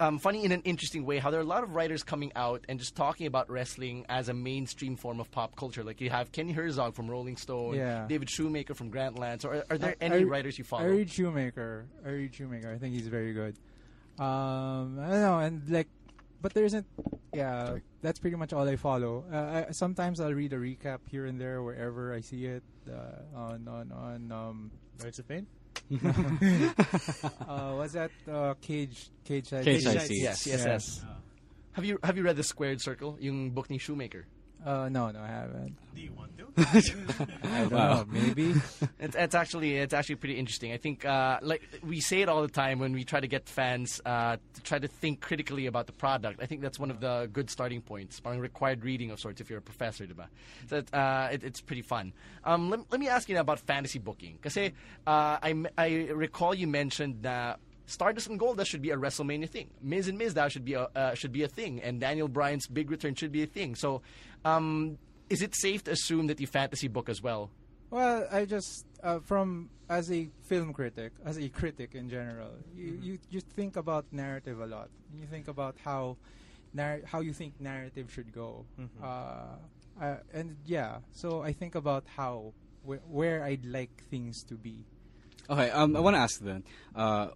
A: Um, funny in an interesting way how there are a lot of writers coming out and just talking about wrestling as a mainstream form of pop culture. Like you have Kenny Herzog from Rolling Stone,
D: Yeah.
A: David Shoemaker from Grantland. So are, are there
D: I-
A: any
D: I-
A: writers you follow?
D: I read Shoemaker. I read Shoemaker. I think he's very good. Um, I don't know, and like, but there isn't. Yeah, that's pretty much all I follow. Uh, I, sometimes I'll read a recap here and there wherever I see it uh, on on on um,
E: Birds of Pain.
D: uh, was that uh, cage cage Side
B: Cage
D: Seats?
B: Side Seats.
A: yes, yes,
D: Yeah.
A: yes. Have you have you read the Squared Circle? Yung book ni Shoemaker.
D: Uh, no, no, I haven't.
E: Do you want to?
D: I don't know. Maybe.
A: It's, it's actually it's actually pretty interesting. I think uh, like we say it all the time when we try to get fans uh, to try to think critically about the product. I think that's one of the good starting points. Parang required reading of sorts if you're a professor, diba? So it, uh, it, it's pretty fun. Um, let, let me ask you now about fantasy booking. Kasi uh, I, m- I recall you mentioned that Stardust and Gold that should be a WrestleMania thing. Miz and Mizdow should be a uh, should be a thing, and Daniel Bryan's big return should be a thing. So, um, is it safe to assume that you fantasy book as well?
D: Well, I just uh, from as a film critic, as a critic in general, you you, you think about narrative a lot. You think about how narr- how you think narrative should go. Uh, I, and yeah, so I think about how wh- where I'd like things to be.
B: Okay, um, I want to ask then. Uh,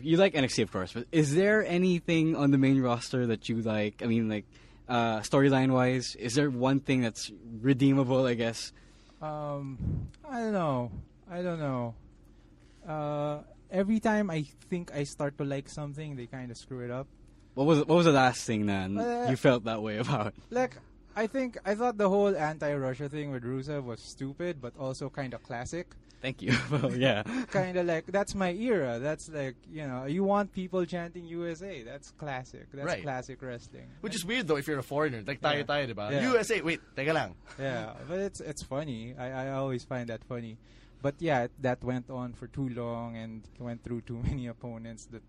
B: you like NXT, of course, but is there anything on the main roster that you like? I mean, like uh, storyline wise, is there one thing that's redeemable? I guess.
D: Um, I don't know. I don't know. Uh, every time I think I start to like something, they kind of screw it up.
B: What was what was the last thing then
D: Uh,
B: you felt that way about?
D: like I think I thought the whole anti-Russia thing with Rusev was stupid, but also kind of classic.
B: Thank you. well, yeah.
D: Kind of like that's my era. That's like you know you want people chanting USA. That's classic. That's
A: Right.
D: classic wrestling.
A: Which is weird though if you're a foreigner. Like tayo tayo, di ba?
D: Yeah.
A: USA, wait, teka lang.
D: yeah, but it's it's funny. I, I always find that funny. But yeah, it- that went on for too long and went through too many opponents. That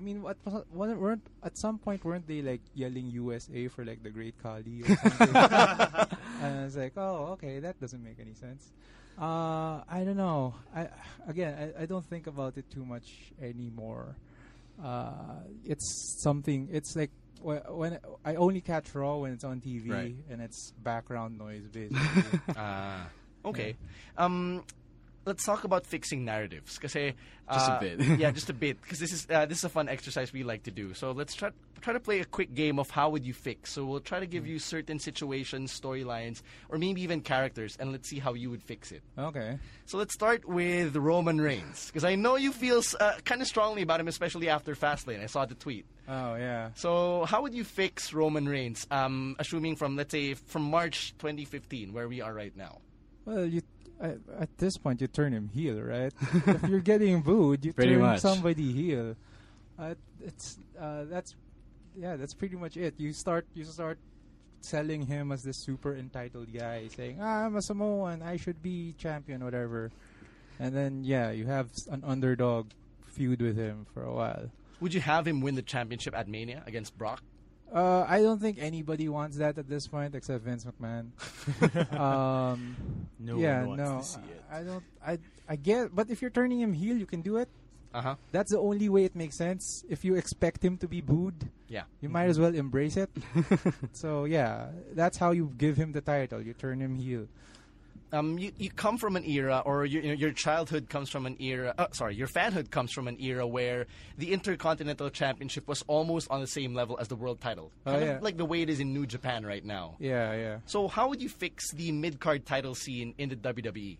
D: I mean, what was- wa- weren't at some point weren't they like yelling USA for like the Great Khali or something? and I was like, oh, okay, that doesn't make any sense. Uh, I don't know. I again, I, I don't think about it too much anymore. uh, it's something. It's like wh- when I only catch Raw when it's on TV
A: Right.
D: and it's background noise, basically.
A: Ah, okay. Um, let's talk about fixing narratives. Kasi, uh,
B: Just a bit.
A: yeah, just a bit. Because this is uh, this is a fun exercise we like to do. So let's try try to play a quick game of how would you fix. So we'll try to
B: Mm.
A: give you certain situations, storylines, or maybe even characters, and let's see how you would fix it.
D: okay.
A: So let's start with Roman Reigns because I know you feel uh, kind of strongly about him, especially after Fastlane. I saw the tweet.
D: Oh yeah.
A: So how would you fix Roman Reigns? Um, assuming from let's say from March 2015, where we are right now.
D: Well, you I, at this point you turn him heel, right? if you're getting booed, you
B: Pretty
D: turn
B: much.
D: somebody heel. Uh, it's uh, that's yeah, that's pretty much it. You start you start selling him as this super entitled guy, saying ah, I'm a Samoan, I should be champion, whatever. And then yeah, you have s- an underdog feud with him for a while.
A: Would you have him win the championship at Mania against Brock?
D: Uh, I don't think anybody wants that at this point except Vince McMahon. um,
E: No
D: yeah,
E: one wants
D: no,
E: to see it.
D: I, I don't. I I get, but if you're turning him heel, you can do it.
A: Uh huh.
D: That's the only way it makes sense. If you expect him to be booed,
A: Yeah.
D: you might as well embrace it. so yeah, that's how you give him the title. You turn him heel.
A: Um, you, you come from an era, or you, you know, your childhood comes from an era. Uh, sorry, your fanhood comes from an era where the Intercontinental Championship was almost on the same level as the World Title,
D: Oh,
A: kind
D: yeah.
A: of like the way it is in New Japan right now.
D: Yeah, yeah.
A: So, how would you fix the mid-card title scene in the E? WWE?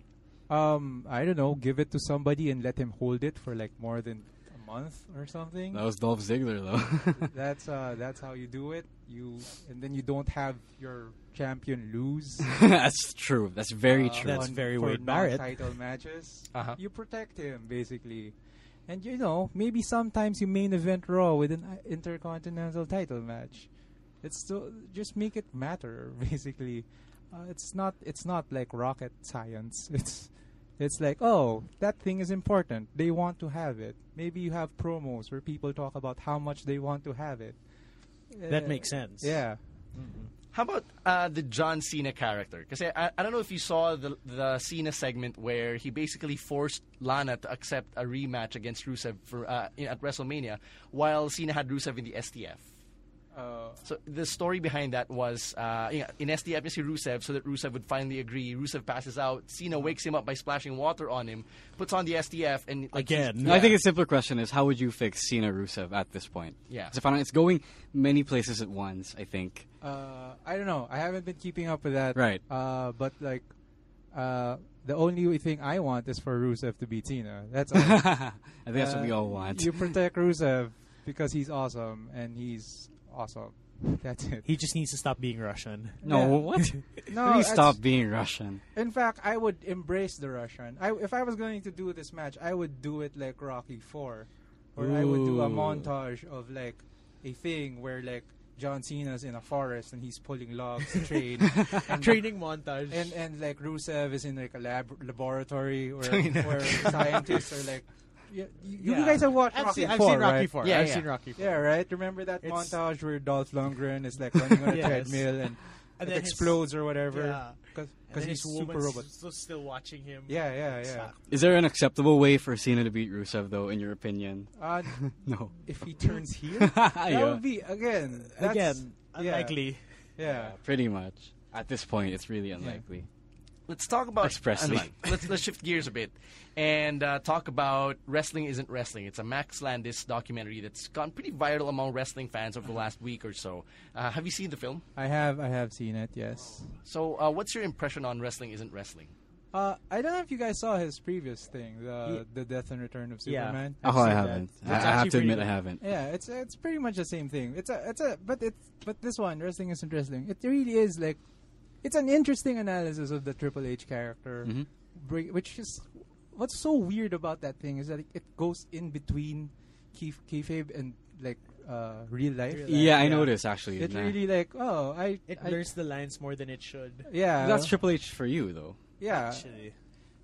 D: Um, I don't know. Give it to somebody and let him hold it for like more than a month or something.
B: That was Dolph Ziggler, though.
D: that's uh, that's how you do it. You and then you don't have your champion lose.
B: That's true. That's very
D: uh,
E: Ah, That's
D: on-
E: very
D: for
E: Wade Barrett.
D: non-title matches.
A: Uh-huh.
D: You protect him basically, and you know maybe sometimes you main event Raw with an uh, intercontinental title match. It's so just make it matter basically. Uh, it's not it's not like rocket science. It's it's like oh that thing is important. They want to have it. Maybe you have promos where people talk about how much they want to have it.
E: That
D: Uh,
E: makes sense.
D: Yeah.
A: How about uh, the John Cena character? Because I, I don't know if you saw the, the Cena segment where he basically forced Lana to accept a rematch against Rusev for, uh, in- at WrestleMania while Cena had Rusev in the STF.
D: Uh,
A: So the story behind that was uh, yeah, in SDF you see Rusev so that Rusev would finally agree. Rusev passes out. Cena wakes him up by splashing water on him, puts on the SDF, and like, he's-
E: Again. No,
A: yeah.
E: Yeah.
C: I think a simpler question is how would you fix Cena Rusev at this point?
A: Yeah.
C: So if I don't- it's going many places at once, I think.
D: Uh, I don't know. I haven't been keeping up with that.
C: Right.
D: Uh, but like, uh, the only thing I want is for Rusev to beat Tina. That's all.
C: I think that's what we
D: Uh,
C: all want.
D: You protect Rusev because he's awesome and he's awesome. That's it.
E: He just needs to stop being Russian.
C: no,
D: yeah.
C: what?
D: No,
C: Please stop
D: that's-
C: being Russian.
D: In fact, I would embrace the Russian. I, if I was going to do this match, I would do it like Rocky Four, where I would do a
C: Ooh.
D: montage of like a thing where like John Cena's in a forest and he's pulling logs to trade. and
E: Training montage.
D: And and like Rusev is in like a lab laboratory where, where scientists are like, yeah, you, you
E: Yeah.
D: guys have watched
E: I've,
D: Rocky
E: seen, I've
D: IV,
E: seen Rocky
D: right?
E: Four.
A: Yeah,
E: I've
A: yeah.
E: seen Rocky Four.
D: Yeah, right. Remember that
E: It's-
D: montage where Dolph Lundgren is like running on a
E: Yes.
D: treadmill and,
E: And
D: it
E: then his-
D: explodes or whatever
E: Yeah.
D: because
E: And then
D: he's
E: his
D: super
E: woman's
D: robot.
E: s- Still watching him.
D: Yeah, yeah, yeah.
C: Is there an acceptable way for Cena to beat Rusev, though, in your opinion?
D: Uh,
C: No.
D: if he turns heel, that
C: yeah,
D: would be again. That's,
E: Again,
D: yeah,
E: unlikely.
D: Yeah.
C: pretty much. At this point, it's really unlikely.
A: Let's talk about
C: Thanks, Presley.
A: Unlike- Let's let's shift gears a bit and uh, talk about wrestling isn't wrestling. It's a Max Landis documentary that's gone pretty viral among wrestling fans over the last week or so. Uh, have you seen the film?
D: I have I have seen it. Yes.
A: So, uh, what's your impression on wrestling isn't wrestling?
D: Uh, I don't know if you guys saw his previous thing, the the death and return of
E: Yeah.
D: Superman.
E: I've
C: oh, I
E: seen that.
C: haven't.
E: It's
C: I, I have
E: actually
C: to admit, I
E: pretty good.
C: haven't.
D: Yeah, it's it's pretty much the same thing. It's a it's a but it's but this one wrestling isn't wrestling. It really is like it's an interesting analysis of the Triple H character,
C: Mm-hmm.
D: bri- which is what's so weird about that thing is that it, it goes in between key, kayfabe and like uh, real life.
E: Real life.
C: Yeah, I
E: Yeah.
C: noticed, actually.
D: It
C: nah.
D: really like oh I
E: It
D: I-
E: blurs the lines more than it should.
D: yeah
C: That's Triple H for you, though.
D: yeah
E: Actually.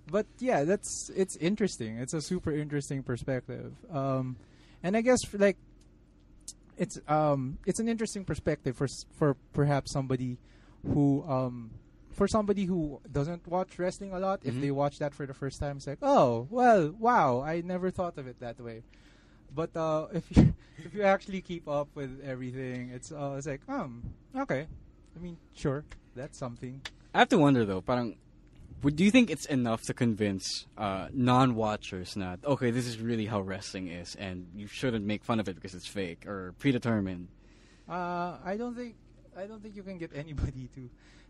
D: but yeah, that's it's interesting. It's a super interesting perspective. Um, and I guess for, like it's um it's an interesting perspective for s- for perhaps somebody who um for somebody who doesn't watch wrestling a lot if they watch that for the first time it's like oh well wow I never thought of it that way But uh, if you if you actually keep up with everything, it's uh, it's like um okay, I mean sure that's something.
B: I have to wonder though, parang, would, do you think it's enough to convince uh, non-watchers not okay, this is really how wrestling is, and you shouldn't make fun of it because it's fake or predetermined?
D: Uh, I don't think I don't think you can get anybody to,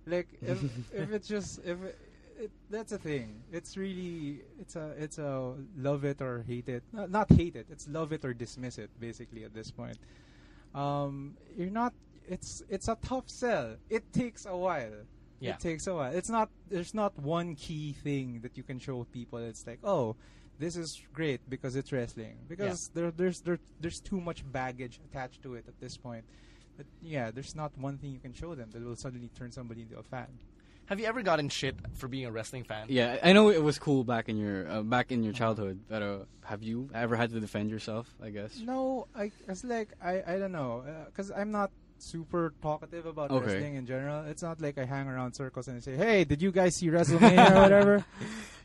D: like if if it's just if it, it, that's a thing. It's really it's a it's a love it or hate it. No, not hate it. It's love it or dismiss it. Basically at this point, um, you're not. It's it's a tough sell. It takes a while.
A: Yeah.
D: It takes a while. It's not there's not one key thing that you can show people. It's like oh. This is great because it's wrestling. Because there, there's there, there's too much baggage attached to it at this point. But yeah, there's not one thing you can show them that will suddenly turn somebody into a fan.
A: Have you ever gotten shit for being a wrestling fan?
B: Yeah, I I know it was cool back in your uh, back in your childhood, but uh, have you ever had to defend yourself? I guess.
D: No, I it's like I I don't know because I'm not super talkative about
B: Okay.
D: wrestling in general. It's not like I hang around circles and say, "Hey, did you guys see WrestleMania or whatever?"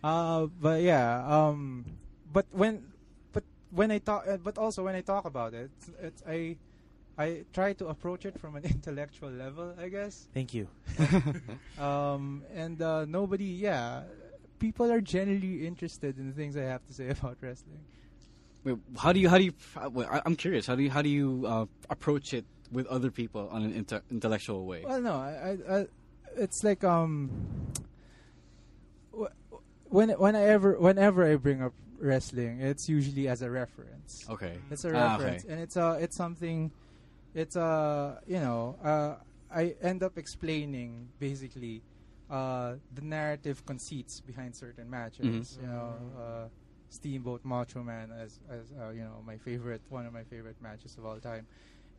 D: Uh, but yeah, um, but when but when I talk, uh, but also when I talk about it, it's, it's I. I try to approach it from an intellectual level, I guess.
E: Thank you.
D: Um, and uh, nobody, yeah, people are generally interested in the things I have to say about wrestling.
B: Wait, how do you how do you? uh, wait, I- I'm curious. How do you how do you uh, approach it with other people on an inter- intellectual way?
D: Well, no, I, I, I it's like um, wh- when whenever whenever I bring up wrestling, it's usually as a reference.
B: Okay.
D: It's a
B: Ah,
D: reference,
B: okay.
D: and it's a it's something, it's a you know uh, I end up explaining basically uh, the narrative conceits behind certain matches.
B: Mm-hmm.
D: You know, uh, Steamboat Macho Man as as uh, you know my favorite one of my favorite matches of all time.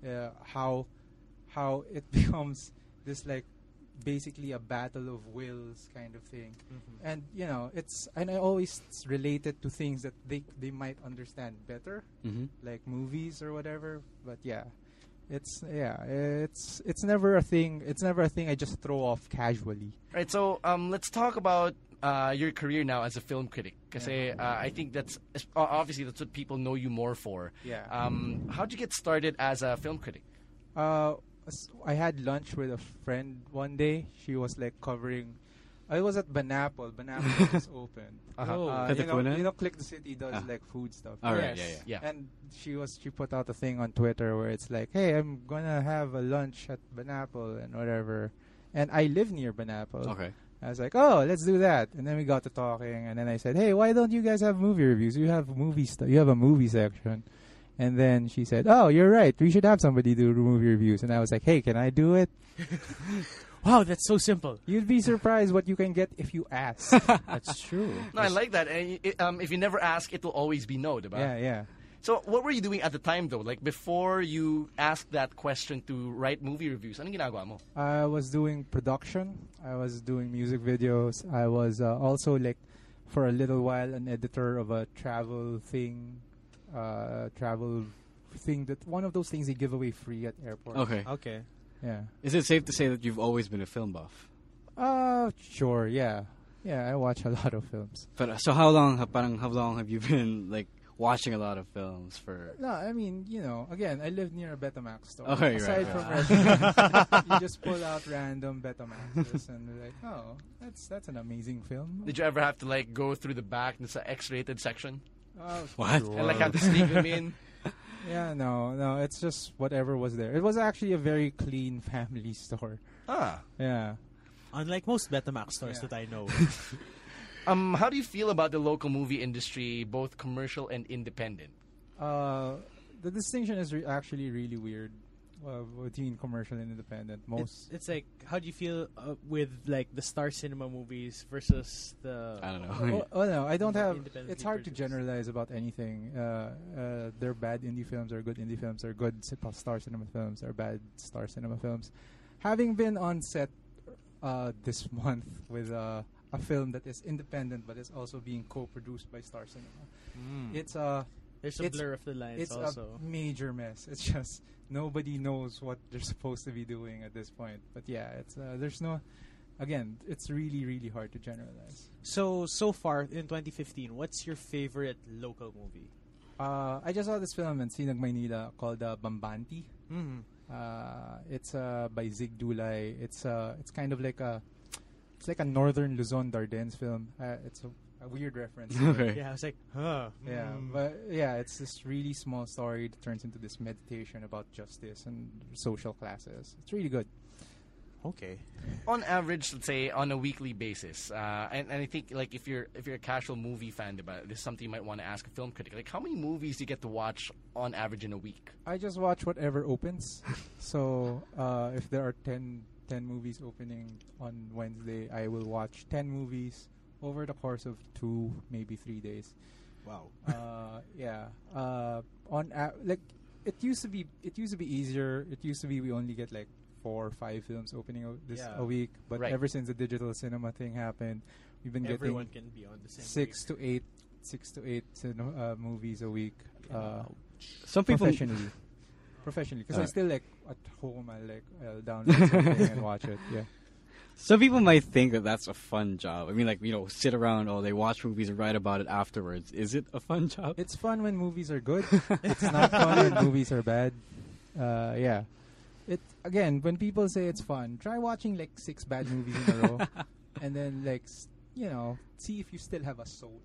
D: Uh, how how it becomes this like basically a battle of wills kind of thing and you know it's and i always relate it to things that they they might understand better
B: Mhm.
D: like movies or whatever. But yeah, it's yeah, it's it's never a thing. It's never a thing I just throw off casually.
A: All right, so um, let's talk about uh, your career now as a film critic. Because uh, I think that's it's- o- obviously that's what people know you more for.
D: Yeah.
A: Um, how'd you get started as a film critic?
D: Uh, s- I had lunch with a friend one day. She was like covering. I was at Banapple. Banapple just opened.
A: Uh-huh.
D: Uh, you, know,
B: Katipunan?
D: you know, Click the City does
B: Ah.
D: like food stuff.
B: All right.
E: Yes.
B: Yeah. Yeah.
A: Yeah.
D: And she was she put out a thing on Twitter where it's like, "Hey, I'm gonna have a lunch at Banapple and whatever." And I live near Banapple.
B: Okay.
D: I was like, oh, let's do that. And then we got to talking, and then I said, hey, why don't you guys have movie reviews? You have movie stu- you have a movie section. And then she said, oh, you're right. We should have somebody do movie reviews. And I was like, hey, can I do it?
E: Wow, that's so simple.
D: You'd be surprised what you can get if you ask.
E: That's true.
A: No, I like that. And it, um, if you never ask, it will always be no, diba?
D: yeah, yeah.
A: So what were you doing at the time though? Like before you asked that question to write movie reviews, anong ginagawa mo?
D: I was doing production. I was doing music videos. I was uh, also like for a little while an editor of a travel thing, uh, travel thing that one of those things they give away free at airports.
B: Okay.
E: Okay.
D: Yeah.
B: Is it safe to say that you've always been a film buff?
D: Uh, sure, yeah. Yeah, I watch a lot of films.
B: But uh, so how long? ha- Parang how long have you been like watching a lot of films for?
D: No, I mean, you know, again, I live near a Betamax store.
B: Okay, right,
D: Aside
B: right.
D: from wrestling, you just pull out random Betamaxes and you're like, oh, that's that's an amazing film.
A: Did you ever have to like go through the back in the X-rated section
D: Oh,
B: What?
A: and like have to sneak them in?
D: yeah, no, no, it's just whatever was there. It was actually a very clean family store.
A: Ah.
D: Yeah.
E: Unlike most Betamax stores
D: Yeah.
E: that I know.
A: Um, how do you feel about the local movie industry, both commercial and independent?
D: Uh, the distinction is re- actually really weird uh, between commercial and independent.
E: it's,
D: Most.
E: it's like, how do you feel uh, with like the Star Cinema movies versus the?
B: I don't know.
D: Oh, oh no, I don't
E: Not
D: have.
E: independently
D: It's hard to
E: produced.
D: generalize about anything. Uh, uh, they're bad indie films or good indie films or good ci- star cinema films or bad star cinema films. Having been on set uh, this month with uh, a film that is independent but is also being co-produced by Star Cinema, it's a
E: Hmm. There's a
D: It's-
E: blur of the lines
D: it's
E: also.
D: a major mess. It's just nobody knows what they're supposed to be doing at this point. But yeah, it's uh, there's no. Again, it's really really hard to generalize.
E: So so far in 2015, what's your favorite local movie?
D: Uh, I just saw this film in Sinag, Maynila called uh, Bambanti.
E: Mm-hmm.
D: Uh, it's uh, by Zig Dulay. It's uh, it's kind of like a it's like a northern Luzon Dardennes film. Uh, it's a, a weird reference.
B: Okay.
E: Yeah, I was like, huh.
D: Yeah,
E: mm.
D: but yeah, it's this really small story that turns into this meditation about justice and social classes. It's really good.
E: okay.
A: on average, let's say on a weekly basis, uh, and, and I think like if you're if you're a casual movie fan, about this is something you might want to ask a film critic. Like, how many movies do you get to watch on average in a week?
D: I just watch whatever opens. so uh, if there are 10, 10 movies opening on Wednesday, I will watch 10 movies over the course of two, maybe three days.
E: Wow.
D: uh, yeah. Uh, on a- like it used to be, it used to be easier. It used to be we only get like four or five films opening o- this
E: Yeah.
D: a week, but
A: Right.
D: ever since the digital cinema thing happened, we've been
E: Everyone
D: getting
E: can be on the same.
D: six
E: week.
D: to eight, six to eight cino- uh, movies a week. Uh,
B: Some people.
D: professionally. Uh. professionally, because I
B: Alright.
D: still like at home. I like I'll download something and watch it. Yeah.
B: Some people might think that that's a fun job. I mean, like you know, sit around all day, watch movies, and write about it afterwards. Is it a fun job?
D: It's fun when movies are good. it's not fun when movies are bad. Uh, yeah. It again when people say it's fun, try watching like six bad movies in a row, and then like s- you know see if you still have a soul.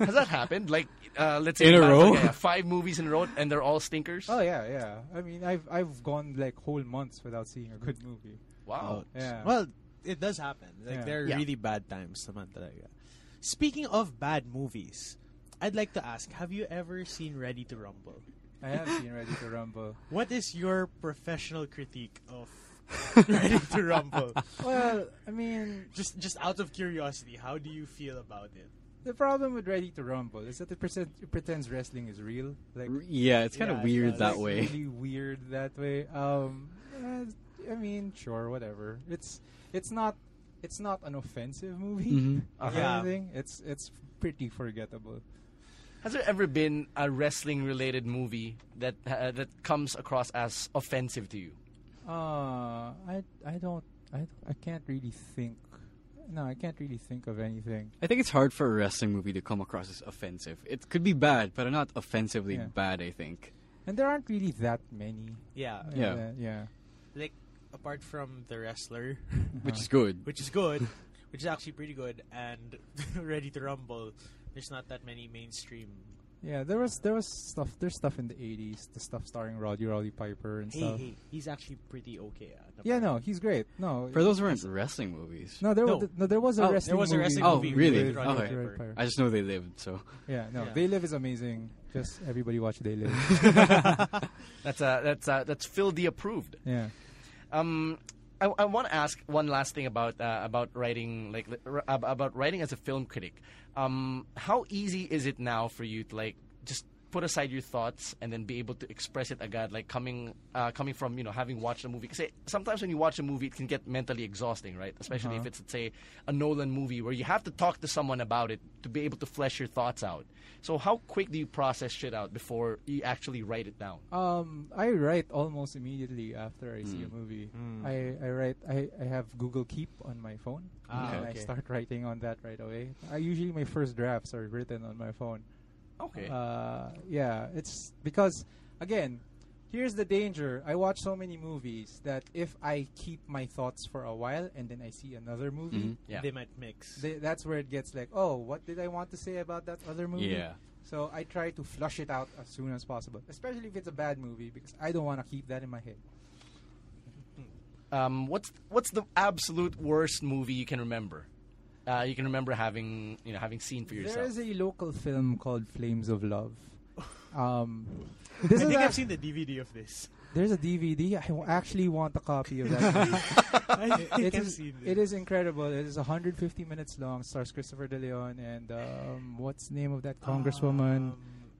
A: Has that happened? Like, uh, let's say
B: In a
A: five-
B: row?
A: okay, yeah, five movies in a row, and they're all stinkers.
D: oh yeah, yeah. I mean I've I've gone like whole months without seeing a good movie.
B: Oh,
A: Wow.
E: Ouch.
D: Yeah.
E: Well, it does happen. Like
D: Yeah.
E: there are
A: Yeah.
E: really bad times naman talaga. Speaking of bad movies, I'd like to ask, have you ever seen Ready to Rumble?
D: I have seen Ready to Rumble.
E: What is your professional critique of Ready to Rumble?
D: Well, I mean
E: Just just out of curiosity, how do you feel about it?
D: the problem with Ready to Rumble is that it, present, it pretends wrestling is real. Like
B: yeah, it's kind of
E: Yeah, it
B: weird
E: does.
B: that
D: It's
B: way.
D: Really weird that way. Um, uh, I mean, sure, whatever. It's it's not it's not an offensive movie.
B: Mhm.
D: or
E: Uh-huh. Yeah.
D: anything. It's it's pretty forgettable.
A: Has there ever been a wrestling-related movie that uh, that comes across as offensive to you?
D: Uh, I I don't I I can't really think. No, I can't really think of anything.
B: I think it's hard for a wrestling movie to come across as offensive. It could be bad, but not offensively
D: Yeah.
B: bad. I think.
D: And there aren't really that many.
E: Yeah,
D: Uh,
B: Yeah.
D: yeah.
E: like apart from the wrestler,
B: Which is good.
E: which is good, which is actually pretty good, and Ready to Rumble, there's not that many mainstream.
D: Yeah, there was there was stuff there's stuff in the 80s, the stuff starring Roddy Roddy Piper and
E: Hey,
D: stuff.
E: hey, he's actually pretty okay. At the
D: Yeah,
E: moment.
D: no, he's great. No,
B: For those weren't wrestling movies.
D: no, there
E: No.
D: Was, no, there was a
E: Oh, there
D: wrestling
E: was a
D: movie.
E: wrestling
B: Oh, movie really?
D: with Roddy
B: Okay.
D: Roddy Piper.
B: I just know they lived, so
D: Yeah, no,
E: Yeah.
D: They Live is amazing. Just everybody watch They Live.
A: That's uh, that's uh, that's Phil D approved.
D: yeah.
A: Um, I, I want to ask one last thing about uh, about writing, like li- r- ab- about writing as a film critic. Um, how easy is it now for you to like just put aside your thoughts and then be able to express it again, like coming uh, coming from you know having watched a movie? Because sometimes when you watch a movie, it can get mentally exhausting, right? Especially if it's say a Nolan movie where you have to talk to someone about it to be able to flesh your thoughts out. So how quick do you process shit out before you actually write it down?
D: Um, I write almost immediately after I
E: Mm.
D: see a movie. I, I write. I, I have Google Keep on my phone,
E: Ah,
D: and
E: okay.
D: I start writing on that right away. I usually my first drafts are written on my phone.
A: Okay.
D: Uh, yeah, it's because again, here's the danger. I watch so many movies that if I keep my thoughts for a while and then I see another movie,
A: yeah.
E: they might mix.
D: Th that's where it gets like, oh, what did I want to say about that other movie?
B: Yeah.
D: So I try to flush it out as soon as possible, especially if it's a bad movie, because I don't want to keep that in my head.
A: Um, what's what's the absolute worst movie you can remember? Uh, you can remember having you know having seen for
D: There
A: yourself.
D: is a local film called Flames of Love. Um, this
E: I
D: is
E: think
D: a-
E: I've seen the DVD of this.
D: there's a DVD. I wa- actually want a copy of that. movie.
E: I think
D: it,
E: I've
D: is,
E: seen
D: it
E: this.
D: is incredible. It is 150 minutes long. Stars Christopher De Leon and um, what's the name of that congresswoman?
E: Um,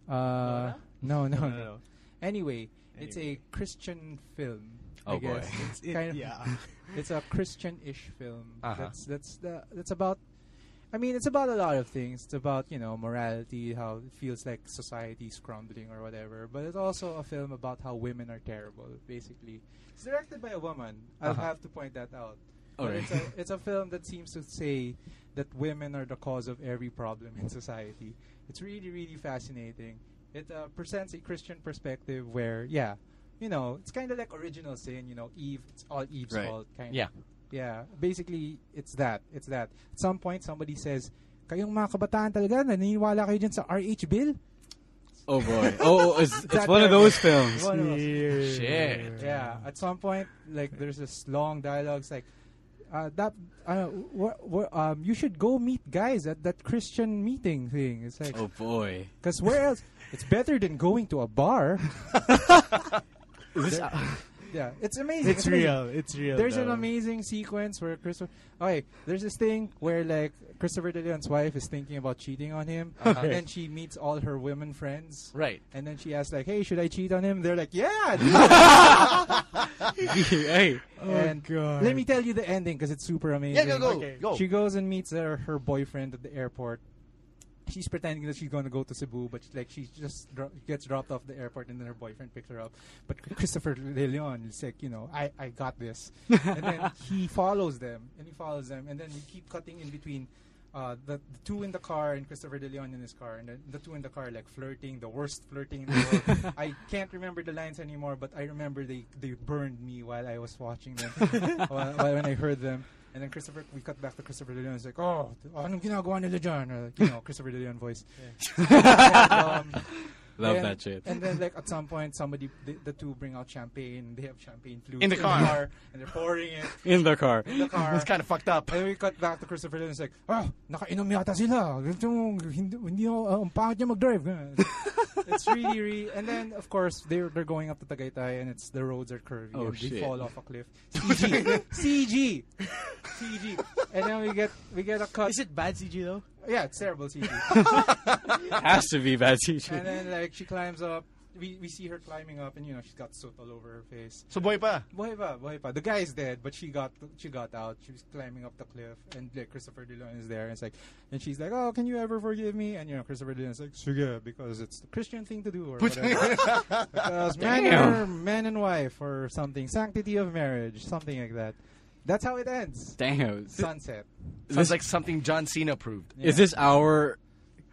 D: uh,
E: Nora?
D: no, no,
E: no,
D: no.
E: no, no.
D: Anyway, it's a
E: Anyway.
D: Christian film. I
B: Oh, boy.
D: guess. It's
E: It-
D: kind of
E: yeah.
D: it's a Christian-ish film.
A: Uh-huh.
D: That's that's the that's about. I mean, it's about a lot of things. It's about you know morality, how it feels like society's crumbling or whatever. But it's also a film about how women are terrible. Basically, it's directed by a woman. I'll
A: Uh-huh.
D: have to point that out.
B: All
D: But
B: right.
D: it's a it's a film that seems to say that women are the cause of every problem in society. It's really really fascinating. It uh, presents a Christian perspective where, yeah, you know, it's kind of like original sin. You know, Eve. It's all Eve's
B: Right.
D: fault. Kind
A: Yeah.
D: Yeah, basically, it's that. It's that. At some point, somebody says, kayong mga kabataan talaga, naniniwala kayo dyan sa RH bill?
B: Oh boy. Oh, oh, it's, it's
D: That
B: one of
D: guy.
B: those films.
D: One of us.
A: Shit.
D: Yeah, at some point, like, there's this long dialogue. It's like, uh, that, uh, wh- wh- um, you should go meet guys at that Christian meeting thing. It's like,
B: Oh boy.
D: because where else? It's better than going to a bar. yeah, it's amazing.
E: It's
D: amazing.
E: real. It's real.
D: There's an
E: though.
D: amazing sequence where Christopher. Okay, there's this thing where like Christopher De Leon's wife is thinking about cheating on him, and then she meets all her women friends,
A: Right.
D: and then she asks like, "Hey, should I cheat on him?" They're like, "Yeah."
B: hey.
D: oh and
E: God.
D: Let me tell you the ending because it's super amazing.
A: Yeah, go, go,
E: Okay.
A: go.
D: She goes and meets her, her boyfriend at the airport. She's pretending that she's going to go to Cebu, but like she just dro- gets dropped off the airport, and then her boyfriend picks her up. But Christopher De Leon is like, you know, I, I got this, and then he follows them, and he follows them, and then we keep cutting in between uh, the, the two in the car and Christopher De Leon in his car, and the, the two in the car like flirting, the worst flirting in the world. I can't remember the lines anymore, but I remember they, they burned me while I was watching them, while, while, when I heard them. And then Christopher, we cut back to Christopher De Leon. He's like, "Oh, anong ginagawa nila dyan?" Or like, you know, Christopher De Leon voice. And, um,
B: Love
D: and-
B: that shit.
D: And then, like at some point, somebody the, the two bring out champagne. They have champagne flutes
A: In the car.
D: and they're pouring it
B: In the car.
D: in the car.
A: It's kind of fucked up.
D: And then we cut back to Christopher Nolan. It's like, oh, nakainom yata sila. Ganito, hindi, hindi ako, uh, ang pangit niya mag-drive. Ganun. it's really, really, and then, of course, they're, they're going up to Tagaytay and it's, the roads are curvy.
B: Oh,
D: and They
B: shit.
D: fall off a cliff. CG. CG. CG. And then we get, we get a cut.
E: Is it Oh, bad CG though?
D: yeah, it's terrible CG.
B: Has to be bad teacher.
D: and then, like, she climbs up. We, we see her climbing up and, you know, she's got soot all over her face.
A: So boy pa.
D: Buhay pa, buhay pa. The guy is dead, but she got she got out. She was climbing up the cliff, and like Christopher DeLeon is there, and it's like, and she's like, "Oh, can you ever forgive me?" And you know, Christopher DeLeon's like, "Sige," because it's the Christian thing to do, or whatever. because man, or, man and wife, or something, sanctity of marriage, something like that. That's how it ends.
B: Damn.
D: Sunset.
A: Sounds like something John Cena approved.
B: Is this our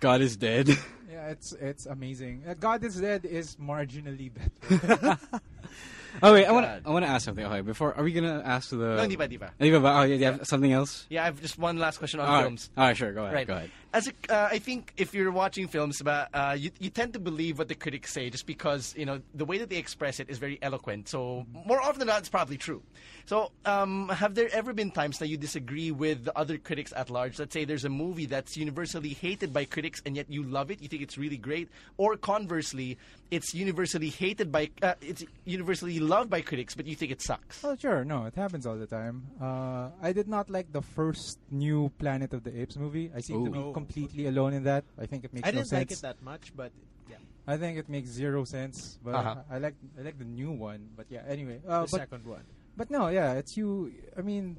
B: God is dead?
D: Yeah, it's it's amazing. Uh, God is dead is marginally better.
B: oh wait, I want to.
A: God.
B: I want to ask something. Okay, before are we gonna ask the?
A: No, hindi pa, hindi pa.
B: Hindi pa ba? Oh, yeah, do you have something else?
A: Yeah, I have just one last question on
B: All right.
A: films.
B: All right, sure. Go ahead.
A: Right.
B: Go ahead.
A: As a, uh, I think if you're watching films about, uh, you, you tend to believe what the critics say just because you know the way that they express it is very eloquent. So more often than not, it's probably true. So um, have there ever been times that you disagree with the other critics at large? Let's say there's a movie that's universally hated by critics and yet you love it. You think it's really great, or conversely, it's universally hated by uh, it's universally loved by critics, but you think it
E: Uh,
A: sucks.
D: Oh, sure. No, it happens all the time. Uh, I did not like the first new Planet of the Apes movie. I seem to
B: Ooh.
D: be completely alone in that. I think it makes
E: I
D: no
E: didn't
D: sense.
E: like it that much, but yeah,
D: I think it makes zero sense. But
A: Uh-huh.
D: I, I like I like the new one. But yeah, anyway. Uh,
E: the
D: but,
E: second one.
D: but no, yeah, it's you. I mean,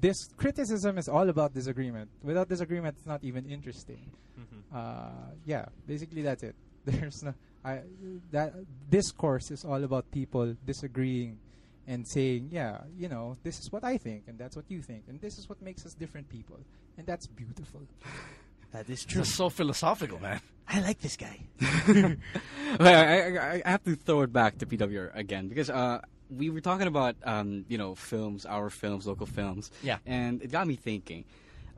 D: this criticism is all about disagreement. Without disagreement, it's not even interesting. Uh, yeah, basically that's it. There's no I that discourse is all about people disagreeing and saying, yeah, you know, this is what I think and that's what you think and this is what makes us different people and that's beautiful.
E: That is true.
A: It's so philosophical, man.
E: I like this guy.
B: Wait, I, I, I have to throw it back to PW again because uh, we were talking about um, you know films, our films, local films.
A: Yeah.
B: and it got me thinking.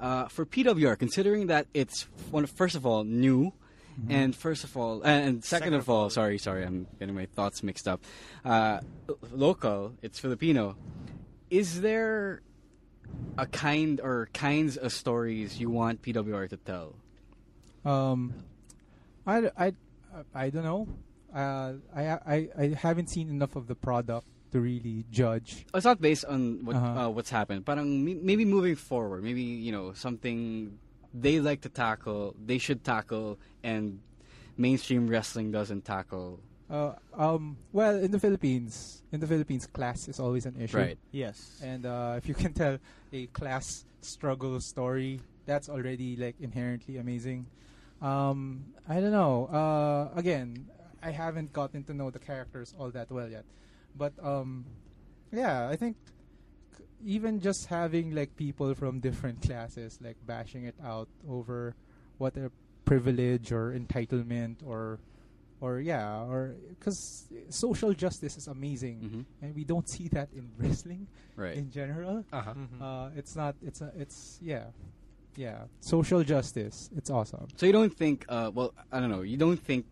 B: Uh, for PWR, considering that it's one, first of all new, and first of all, and, and Mm-hmm. second, of all, sorry, sorry, I'm getting my thoughts mixed up. Uh, local, it's Filipino. Is there a kind or kinds of stories you want PWR to tell?
D: Um, I, d- I, I don't know. Uh, I, I, I haven't seen enough of the product to really judge.
B: it's not based on what
D: Uh-huh.
B: uh, what's happened. Parang may- maybe moving forward, maybe you know something they like to tackle, they should tackle, and mainstream wrestling doesn't tackle.
D: Uh, um, well, in the Philippines, in the Philippines, class is always an issue.
B: Right.
E: Yes.
D: And uh, if you can tell a class struggle story, that's already like inherently amazing. Um, I don't know. Uh, again, I haven't gotten to know the characters all that well yet, but um, yeah, I think c- even just having like people from different classes like bashing it out over what a privilege or entitlement or or yeah, or because social justice is amazing,
B: Mhm.
D: and we don't see that in wrestling
B: Right.
D: in general.
A: Uh-huh.
D: Uh, it's not. It's a. It's yeah, yeah. Social justice. It's awesome.
B: So you don't think? Uh, well, I don't know. You don't think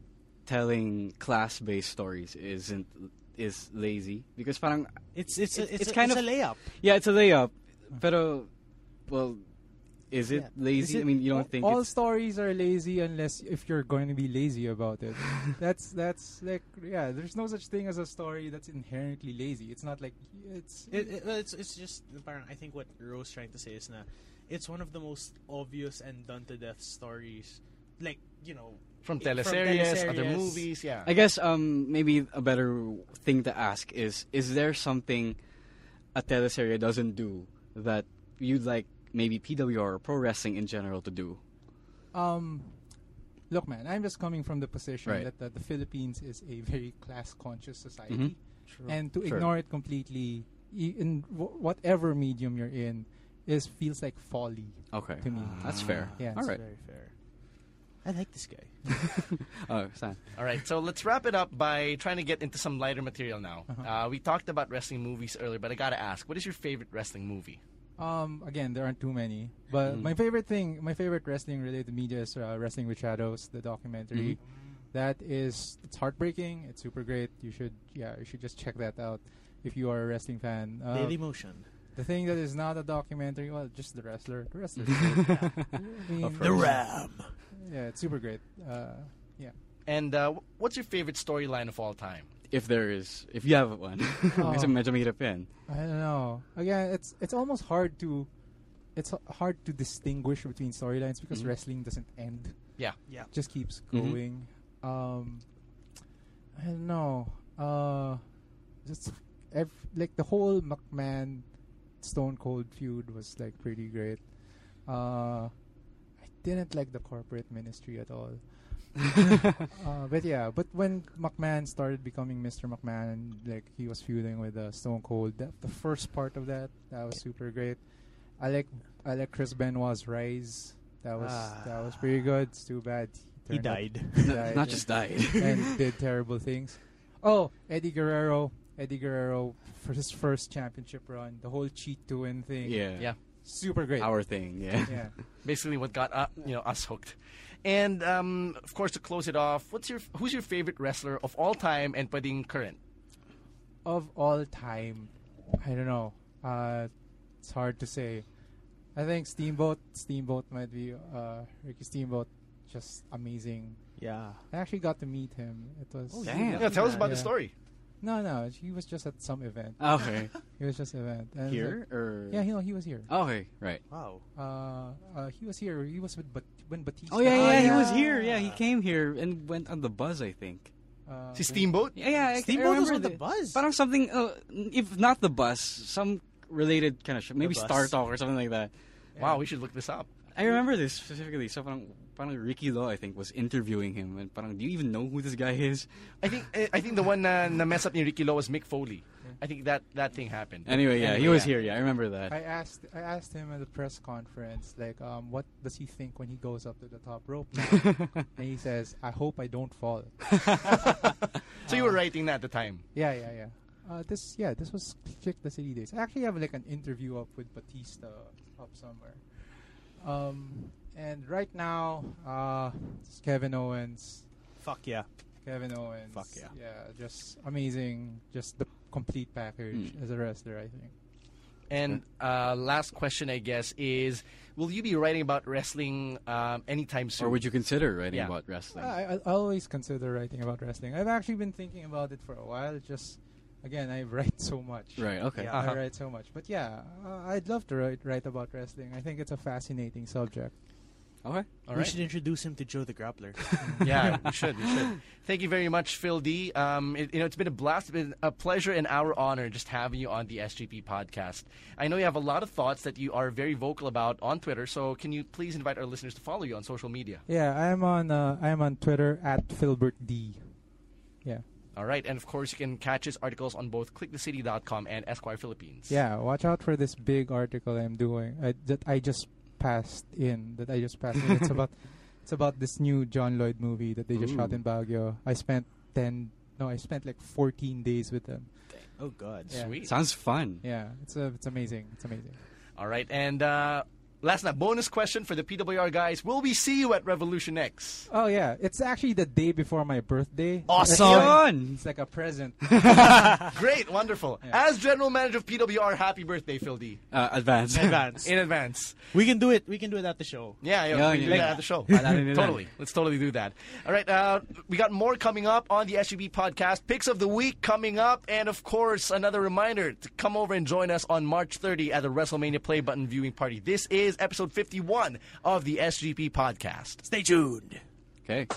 B: telling class-based stories isn't is lazy because parang
E: It's it's
B: It's-
E: a, it's,
B: it's
E: a,
B: kind
E: it's
B: of-
E: a layup.
B: yeah, it's a layup. Pero, well, is it
E: Yeah.
B: lazy?
D: Is it-
B: I mean, you don't
D: all-
B: think
D: all
B: it's
D: stories are lazy unless if you're going to be lazy about it. that's that's like yeah. There's no such thing as a story that's inherently lazy. It's not like it's
E: It, it, well, it's it's just parang I think what Rose trying to say is na it's one of the most obvious and done to death stories. Like you know,
A: From
E: it-
A: teleseries, other
E: teleseries.
A: movies, yeah.
B: I guess um, maybe a better thing to ask is: Is there something a teleserie doesn't do that you'd like maybe PWR or pro wrestling in general to do?
D: Um, look, man, I'm just coming from the position
B: Right.
D: that, that the Philippines is a very class-conscious society,
E: True.
D: and to
B: Mm-hmm. Sure.
D: ignore it completely, i- in w- whatever medium you're in, is feels like folly
B: Okay,
D: to me.
E: Ah.
B: that's fair.
D: Yeah,
B: all
D: it's
B: right.
E: Very fair. I like this guy.
B: Oh, Stan.
A: All right, so let's wrap it up by trying to get into some lighter material now. Uh, we talked about wrestling movies earlier, but I gotta ask, what is your favorite wrestling movie?
D: Um, again, there aren't too many, but
B: Mm-hmm.
D: my favorite thing, my favorite wrestling-related media is uh, Wrestling with Shadows, the documentary.
B: Mm-hmm.
D: That is, it's heartbreaking. It's super great. You should, yeah, you should just check that out if you are a wrestling fan. Uh,
E: Daily Motion.
D: The thing that is not a documentary, well, just the wrestler. The wrestler. yeah. I mean,
E: The Ram.
D: Yeah, it's super great. Uh, yeah.
A: And uh, wh- what's your favorite storyline of all time?
B: If there is, if you have one, it's a
D: Oh.
B: medyo mahirap yan.
D: I don't know. Again, it's it's almost hard to it's h- hard to distinguish between storylines because wrestling doesn't end.
A: Yeah.
E: Yeah.
D: It just keeps going. Um, I don't know. Uh, just ev- like the whole McMahon Stone Cold feud was like pretty great. Uh, I didn't like the corporate ministry at all. uh, but yeah, but when McMahon started becoming Mr. McMahon, and like he was feuding with uh, Stone Cold, that, the first part of that that was super great. I like I like Chris Benoit's rise. That was that was pretty good. It's too bad
E: He
D: turned out-
E: died.
D: he
B: Not,
D: died
B: not
D: and-
B: just died.
D: and did terrible things. Oh, Eddie Guerrero, Eddie Guerrero for his first championship run, the whole cheat to win thing.
B: yeah.
A: Yeah.
D: super great.
B: Our thing, yeah.
D: yeah.
A: Basically, what got uh, you know us hooked. And um, of course, to close it off, what's your who's your favorite wrestler of all time and pwedeng current?
D: of all time, I don't know. Uh, it's hard to say. I think Steamboat, Steamboat might be uh, Ricky Steamboat, just amazing.
E: yeah.
D: I actually got to meet him. It was
E: Oh,
B: Damn.
A: Yeah, tell us about the
D: Yeah.
A: story.
D: no, no. He was just at some event.
B: Okay.
D: He was just event And it's
B: Oh, Here or
D: like- yeah, he, no, he was here.
B: Okay, right.
E: Wow.
D: Uh, uh, he was here. He was with Bat- when Batista.
B: Oh yeah, yeah, he was
E: yeah.
B: here. Yeah, he came here and went on the buzz, I think.
D: Uh,
A: Si Steamboat?
B: Yeah, yeah. I- I
E: Steamboat was
B: remember
E: on the bus.
B: Parang something, uh, if not the bus, some related kind of show. Maybe
E: bus.
B: Star Talk or something like that.
A: Wow, we should look this up.
B: I remember this specifically. So parang, parang Ricky Law, I think, was interviewing him. And parang, do you even know who this guy is?
A: I think eh, I think the one na, na mess up ni Ricky Lo was Mick Foley. I think that that thing happened.
B: Anyway, yeah, he
A: Anyway,
B: was
A: yeah.
B: here. Yeah, I remember that.
D: I asked I asked him at the press conference like um, what does he think when he goes up to the top rope now? and he says I hope I don't fall.
A: So you were writing that at the time.
D: Yeah, yeah, yeah. Uh, this yeah, this was Click the City days. I actually have like an interview up with Batista up somewhere. Um, and right now, uh, it's Kevin Owens.
E: Fuck yeah.
D: Kevin Owens.
E: Fuck yeah.
D: Yeah, just amazing. Just the complete package as a wrestler, I think.
A: And uh, last question, I guess, is will you be writing about wrestling um, anytime soon?
B: Or would you consider writing
A: Yeah.
B: about wrestling?
D: I, I always consider writing about wrestling. I've actually been thinking about it for a while. Just again, I write so much.
B: right, okay.
E: Yeah.
D: I write so much, but yeah, uh, I'd love to write, write about wrestling. I think it's a fascinating subject.
B: Okay.
A: All
E: we
A: right.
E: should introduce him to Joe the Grappler.
A: yeah, we should. We should. Thank you very much, Phil D. Um, it, you know, it's been a blast, it's been a pleasure, and our honor just having you on the SGP podcast. I know you have a lot of thoughts that you are very vocal about on Twitter. So can you please invite our listeners to follow you on social media?
D: Yeah, I'm on uh, I'm on Twitter at Philbert D. Yeah,
A: All right, and of course you can catch his articles on both clickthecity.com and Esquire Philippines.
D: yeah. Watch out for this big article I'm doing uh, that I just passed in. That I just passed in. It's about It's about this new John Lloyd movie that they just shot
A: Ooh.
D: in Baguio. I spent ten, no, I spent like fourteen days with them.
E: Oh God.
D: Yeah.
A: Sweet.
B: Sounds fun.
D: Yeah, it's a, it's amazing. It's amazing.
A: All right, and uh, last na bonus question for the PWR guys: Will we see you at Revolution X?
D: Oh yeah, it's actually the day before my birthday.
A: Awesome.
D: It's like,
B: Yun!
D: it's like a present.
A: Great, wonderful. As general manager of PWR, happy birthday, Phil D.
B: Uh, advance.
E: Advance.
A: In advance.
E: we can do it. We can do it at the show.
A: Yeah, yeah,
B: Yeah,
A: we can do
B: yeah.
A: that at the show.
B: Palarin nila.
A: totally. Let's totally do that. All right, uh, we got more coming up on the SUB podcast. Picks of the week coming up. And of course, another reminder to come over and join us on March 30 at the WrestleMania Play Button viewing party. This is episode 51 of the SGP podcast.
E: Stay tuned.
B: Okay.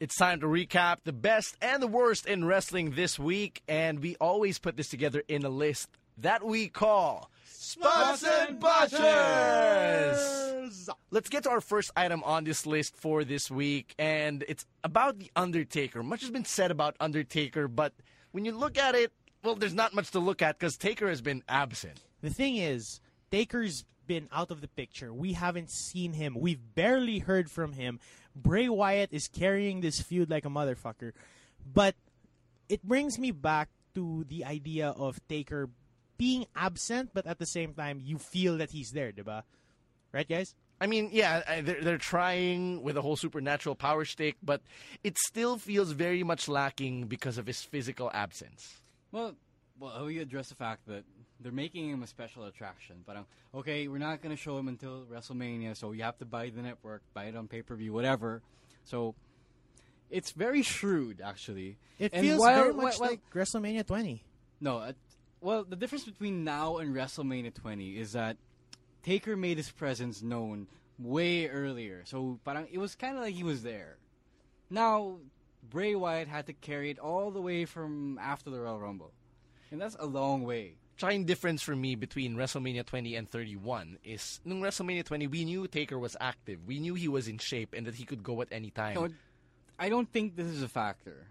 A: It's time to recap the best and the worst in wrestling this week, and we always put this together in a list that we call Spots and Botches. Let's get to our first item on this list for this week, and it's about The Undertaker. Much has been said about Undertaker, but when you look at it, well, there's not much to look at because Taker has been absent.
E: The thing is, Taker's been out of the picture. We haven't seen him. We've barely heard from him. Bray Wyatt is carrying this feud like a motherfucker. But it brings me back to the idea of Taker being absent, but at the same time, you feel that he's there, diba? Right, guys?
A: I mean, yeah, I- they're, they're trying with the whole supernatural power stick, but it still feels very much lacking because of his physical absence.
B: Well, well, we address the fact that they're making him a special attraction. But um, okay, we're not going to show him until WrestleMania, so you have to buy the network, buy it on pay per view, whatever. So it's very shrewd, actually.
E: It
B: And
E: feels
B: while-
E: very much
B: while-
E: like WrestleMania 20.
B: No, uh, well, the difference between now and WrestleMania 20 is that Taker made his presence known way earlier. So parang, it was kind of like he was there. Now, Bray Wyatt had to carry it all the way from after the Royal Rumble. And that's a long way.
A: Trying difference for me between WrestleMania 20 and 31 is, nung WrestleMania 20, we knew Taker was active. We knew he was in shape and that he could go at any time.
B: No, I don't think this is a factor.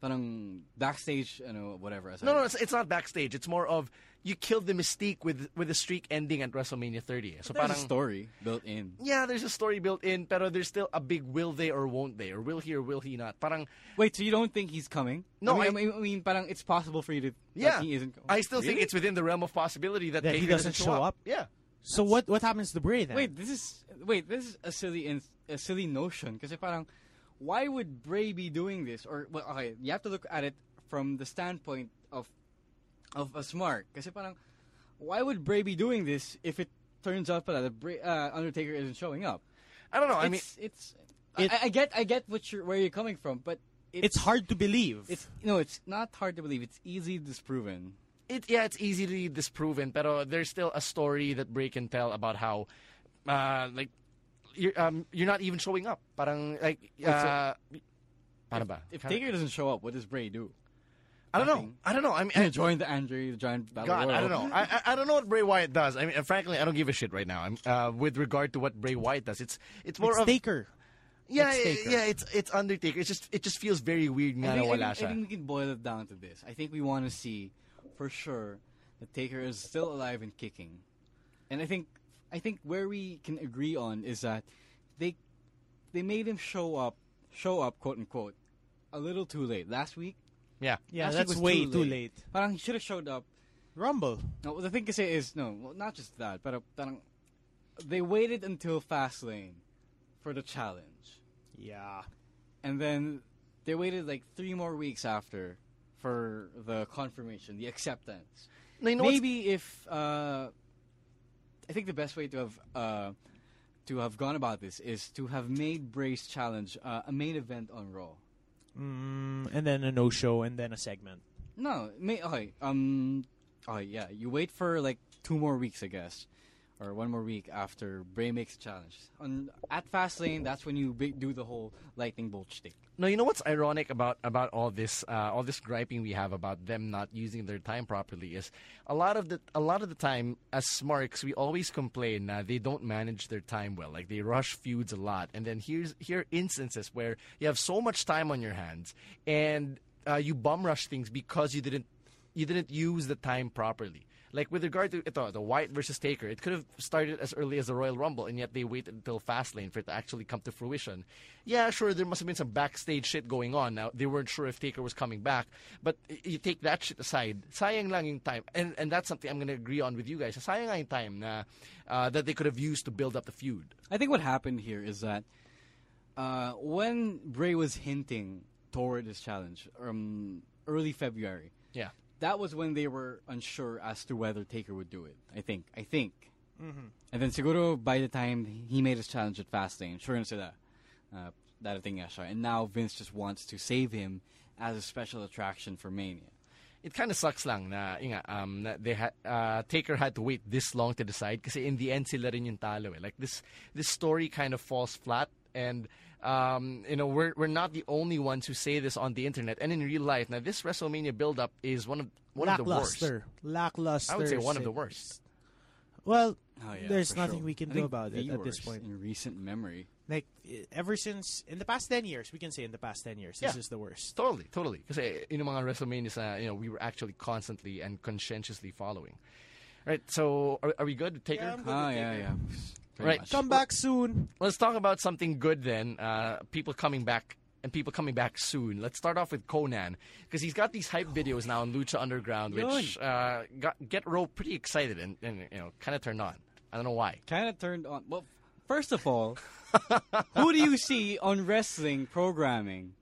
B: Parang backstage, ano, whatever. aside.
A: no, no, it's, it's not backstage. It's more of you killed the mystique with with the streak ending at WrestleMania 30. So
B: There's a
A: parang-
B: story built in.
A: yeah, there's a story built in, pero there's still a big will they or won't they, or will he or will he not. Parang
B: Wait, so you don't think he's coming?
A: No,
B: I mean, I, mean, parang it's possible for you to.
A: Yeah,
B: like, he isn't.
A: I still
B: Really?
A: think it's within the realm of possibility that,
E: Oh, That he
A: Taker
E: doesn't show up?
A: Yeah,
E: So what what happens to Bray then?
B: Wait, this is wait, this is a silly in, a silly notion kasi parang why would Bray be doing this or well okay, you have to look at it from the standpoint of of a smart kasi parang why would Bray be doing this if it turns out pala that Bray, uh, Undertaker isn't showing up?
A: I don't know.
B: It's,
A: I mean,
B: it's
E: It-
B: I, I get I get what you're where you're coming from, but
E: it's hard to believe.
B: It's no, it's not hard to believe. It's easy disproven.
A: it yeah, it's easily disproven, pero there's still a story that Bray can tell about how, uh, like, you're um, you're not even showing up. Parang like, uh, paano ba?
B: If Taker doesn't show up, what does Bray do?
A: I don't know. I don't know. I mean, I,
B: Join the Andre the Giant Battle
A: God,
B: Royal.
A: I don't know. I, I I don't know what Bray Wyatt does. I mean, uh, frankly, I don't give a shit right now. I'm uh, with regard to what Bray Wyatt does. It's it's more
E: It's
A: of
E: Taker.
A: yeah,
E: it's
A: yeah,
E: Taker.
A: yeah. It's it's Undertaker. It's just it just feels very weird.
B: I
A: nga na
B: think, I
A: wala
B: think- I
A: siya.
B: think we can boil it down to this. I think we want to see for sure that Taker is still alive and kicking. And I think I think where we can agree on is that they they made him show up show up quote unquote a little too late last week.
A: Yeah.
B: last
E: Yeah,
B: week
E: that's
B: was
E: way
B: too
E: too
B: late.
E: late.
B: Parang he should have showed up.
E: Rumble.
B: No, the thing to say is no, well, not just that, but uh, parang they waited until Fastlane for the challenge.
E: Yeah.
B: and then they waited like three more weeks after for the confirmation, the acceptance.
A: No, you know what's-
B: Maybe if uh, I think the best way to have uh, to have gone about this is to have made Bray's challenge uh, a main event on Raw.
E: Mm, and then a no show, and then a segment.
B: No, may, okay, um, okay, yeah, you wait for like two more weeks, I guess, or one more week after Bray makes a challenge. On at Fastlane, that's when you bi- do the whole lightning bolt shtick.
A: No, you know what's ironic about about all this uh, all this griping we have about them not using their time properly is a lot of the a lot of the time as smarks we always complain uh, they don't manage their time well like they rush feuds a lot and then here's here are instances where you have so much time on your hands and uh, you bum rush things because you didn't you didn't use the time properly. Like with regard to ito, the White versus Taker, it could have started as early as the Royal Rumble, and yet they waited until Fastlane for it to actually come to fruition. Yeah, sure, there must have been some backstage shit going on. Now they weren't sure if Taker was coming back, but y- you take that shit aside. Sayang lang yung time, and and that's something I'm gonna agree on with you guys. Sayang lang yung time na uh, that they could have used to build up the feud.
B: I think what happened here is that uh, when Bray was hinting toward this challenge, um, early February,
A: Yeah.
B: that was when they were unsure as to whether Taker would do it. I think. I think.
E: Mm-hmm.
B: And then Seguro, by the time he made his challenge at Fastlane, sure enough, that uh, that thing, yeah, sure. And now Vince just wants to save him as a special attraction for Mania.
A: it kind of sucks lang na, yun nga, um, na they ha- uh, Taker had to wait this long to decide kasi in the end sila rin yung talo eh. Like this this story kind of falls flat and um, you know we're we're not the only ones who say this on the internet and in real life. Now this WrestleMania buildup is one of one of the worst.
E: lackluster, lackluster.
A: I would say one of the
E: Sid.
A: worst.
E: Well,
B: Oh, yeah,
E: there's
B: for
E: nothing
B: sure.
E: we can
B: I
E: do
B: think
E: about it
B: the
E: at this
B: worst
E: point.
B: In recent memory,
E: Like e- ever since in the past ten years, we can say in the past ten years, this
A: Yeah.
E: is the worst.
A: Totally, totally. Kasi in mga WrestleManias na, you know, we were actually constantly and conscientiously following. Right, so are, are we good? Taker?
E: Yeah, I'm good.
B: Oh
E: with
B: yeah,
E: Taker.
B: yeah. Pretty
A: Right.
B: much.
E: Come back soon.
A: let's talk about something good then. Uh, people coming back and people coming back soon. Let's start off with Conan because he's got these hype videos now on Lucha Underground, which uh, got, get Ro pretty excited and, and you know kind of turned on. I don't know why.
B: Kind of turned on. Well, first of all, who do you see on wrestling programming?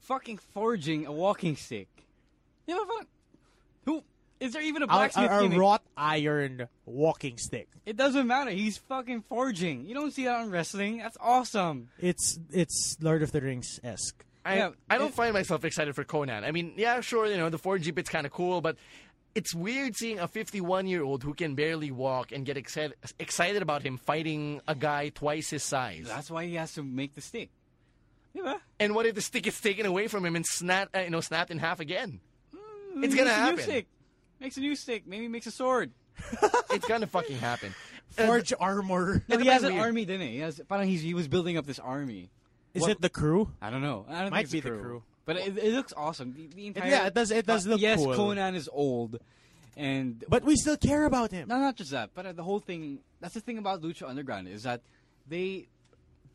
B: Fucking forging a walking stick. You know, fuck. Who is there even a
E: A,
B: blacksmith?
E: a, a
B: gimmick?
E: wrought iron walking stick.
B: It doesn't matter. He's fucking forging. You don't see that on wrestling. That's awesome.
E: It's it's Lord of the Rings esque.
A: I,
B: Yeah,
A: I don't
B: it-
A: find myself excited for Conan. I mean, yeah, sure, you know the 4G bit's kind of cool, but it's weird seeing a 51 year old who can barely walk and get excited excited about him fighting a guy twice his size.
B: That's why he has to make the stick. Yeah.
A: and what if the stick is taken away from him and snap, uh, you know, snapped in half again? It's gonna
B: He makes a new
A: happen.
B: stick. Makes a new stick. Maybe he makes a sword.
A: it's gonna fucking happen.
E: Forge armor.
B: he has an
A: weird.
B: army, didn't he? he has, parang he's, he was building up this army.
E: Is it the crew?
B: I don't know. I don't think
E: Might
B: it's
E: be the
B: the crew.
E: crew.
B: But it, it looks awesome. The, the entire,
E: yeah, it does- it does
B: Uh,
E: look
B: yes,
E: cool.
B: Conan is old, and
E: But we still care about him.
B: no, not just that. But uh, the whole thing. That's the thing about Lucha Underground is that they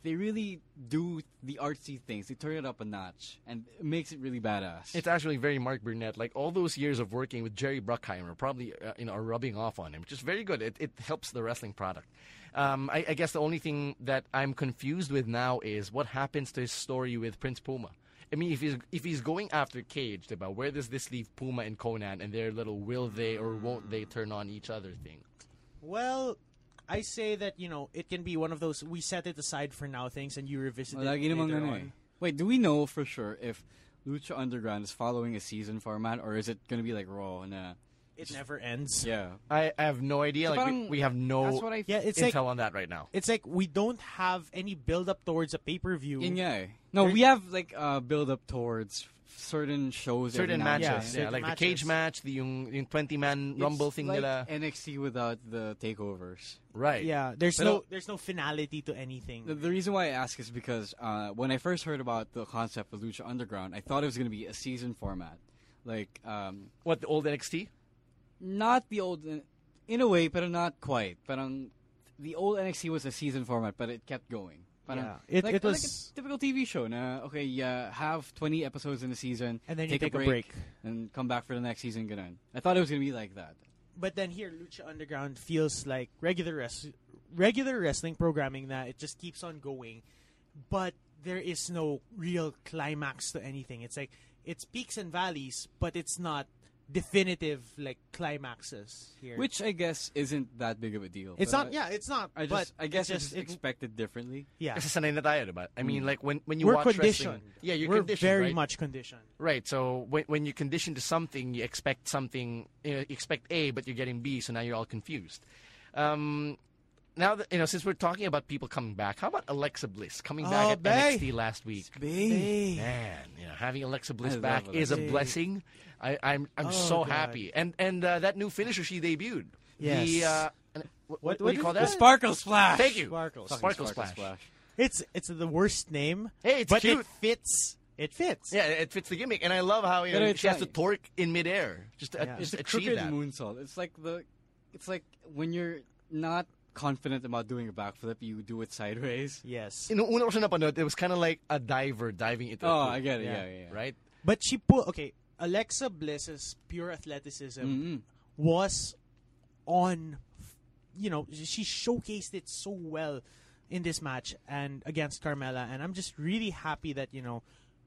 B: they really do the artsy things. They turn it up a notch, and it makes it really badass.
A: It's actually very Mark Burnett. Like all those years of working with Jerry Bruckheimer, probably uh, you know are rubbing off on him, which is very good. It, it helps the wrestling product. Um, I, I guess the only thing that I'm confused with now is what happens to his story with Prince Puma. I mean, if he's if he's going after Cage, about where does this leave Puma and Conan and their little will they or won't they turn on each other thing?
E: Well, I say that you know it can be one of those we set it aside for now things and you revisit
B: Wala,
E: it
B: yun naman
E: later
B: ganun eh.
E: on.
B: Wait, do we know for sure if Lucha Underground is following a season format, or is it going to be like Raw? Nah.
E: It never ends.
B: Yeah.
A: I, I have no idea. Like we,
B: Parang-
A: we have no
B: That's what I.
E: Oh, Yeah, it's
A: intel
E: like
A: on that right now.
E: it's like we don't have any build up towards a pay per view.
B: Yun nga eh. No, we have like uh, build up towards certain shows, every
A: Certain
B: now and
A: matches, yeah,
E: yeah,
B: then.
E: certain
A: like
E: matches.
A: the cage match, the yung, yung twenty man
B: It's
A: rumble thing,
B: like
A: nila.
B: NXT without the takeovers.
A: right?
E: e- Yeah, there's
B: Pero-
E: no there's no finality to anything.
B: The, the reason why I ask is because uh, when I first heard about the concept of Lucha Underground, I thought it was going to be a season format, like um,
A: What the old NXT?
B: not the old, uh, in a way, but not quite. But the old NXT was a season format, but it kept going. Parang-
E: Yeah, it-
B: like,
E: it
B: like
E: was-
B: a typical TV show. Na, okay, yeah, have twenty episodes in a season,
E: And then you
B: take,
E: take
B: a,
E: a
B: break,
E: break.
B: and come back for the next season. Ganun. I thought it was going to be like that.
E: but then here, Lucha Underground feels like regular res- regular wrestling programming that it just keeps on going, but there is no real climax to anything. It's like it's peaks and valleys, but it's not definitive like climaxes here.
B: Which I guess isn't that big of a deal.
E: it's
B: But
E: not.
B: I-
E: yeah, it's not.
B: I just,
E: but
B: I guess
E: it's
B: it's
E: just it-
B: expected differently.
E: yeah. Mm.
A: Kasi sanay na tayo, diba? I mean, like when when you
E: We're
A: watch
E: conditioned.
A: wrestling, yeah, you're
E: We're
A: conditioned,
E: very
A: right?
E: much conditioned.
A: Right. So when when you condition to something, you expect something, you know, you expect A, but you're getting B, so now you're all confused. Um, now that you know, since we're talking about people coming back, how about Alexa Bliss coming back
E: Oh,
A: at
E: bae.
A: NXT last week? Man, you know, having Alexa Bliss
B: love
A: back is a
E: Alexa.
A: blessing. I, I'm I'm
E: Oh,
A: so
E: God.
A: happy. And and uh, that new finisher she debuted. The,
E: Yes.
A: uh, an- what, what,
E: what
A: do you
E: is
A: call
E: the
A: that?
B: Sparkle Splash.
A: Thank you.
E: Sparkle.
A: Sparkle, splash.
E: It's it's the worst name.
A: Hey, it's
E: but
A: cute.
E: it fits It fits.
A: Yeah, it fits the gimmick, and I love how you
B: Pero
A: know,
B: it's
A: she has to
B: like-
A: torque in midair just to,
E: Yeah.
A: just
B: It's
A: to
B: a
A: achieve
B: crooked
A: that.
B: moonsault. It's like the, it's like when you're not confident about doing a backflip, you do it sideways.
E: Yes.
A: In una ko siya napanood, it was kind of like a diver diving into. a
B: Oh,
A: pool,
B: I get it. Yeah,
E: Yeah.
B: yeah. yeah.
A: Right?
E: But she put okay. Alexa Bliss's pure athleticism
A: Mm-hmm.
B: Mm-hmm.
E: was on. You know, she showcased it so well in this match and against Carmella, and I'm just really happy that you know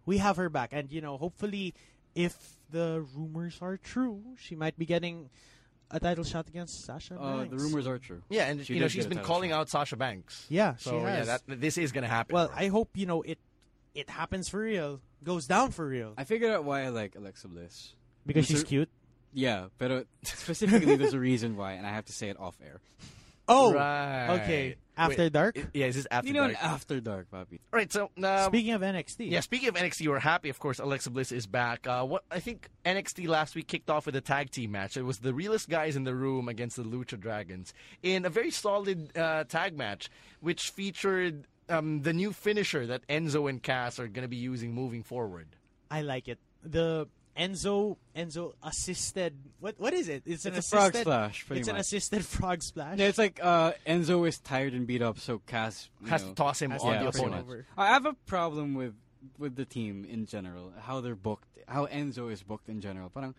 E: we have her back, and you know hopefully if the rumors are true, she might be getting a title shot against Sasha.
B: Uh, the
E: Banks.
B: rumors are true.
A: Yeah, and
B: She
A: you know
B: did
A: she's
B: get a
A: been
B: title
A: calling
B: shot.
A: out Sasha Banks.
E: Yeah, she
A: So yeah,
E: has.
A: that this is gonna happen.
E: Well, I hope you know it. It happens for real, goes down for real
B: I figured out why I like Alexa Bliss.
E: because
B: she's
E: she's cute.
B: Yeah, but specifically, there's a reason why, and I have to say it off air.
E: Oh,
A: Right.
E: okay.
A: Wait,
E: After dark.
A: I- yeah, is this after
B: You know, an
A: dark?
B: after dark, Bobby.
A: All right, so um,
E: Speaking of NXT,
A: yeah, speaking of NXT, we're happy, of course. Alexa Bliss is back. Uh, what I think NXT last week kicked off with a tag team match. It was the realest guys in the room against the Lucha Dragons in a very solid uh, tag match, which featured um, the new finisher that Enzo and Cass are going to be using moving forward.
E: I like it. The Enzo Enzo assisted. What what is it? It's an
B: It's a frog
E: assisted,
B: splash, pretty
E: It's an
B: much.
E: assisted frog splash.
B: Yeah, it's like uh, Enzo is tired and beat up, so Cass you
A: Has
B: know,
A: to toss him
E: Has
A: on
E: to
A: the
E: toss him
A: opponent.
E: over.
B: I have a problem with with the team in general, how they're booked, how Enzo is booked in general. Parang,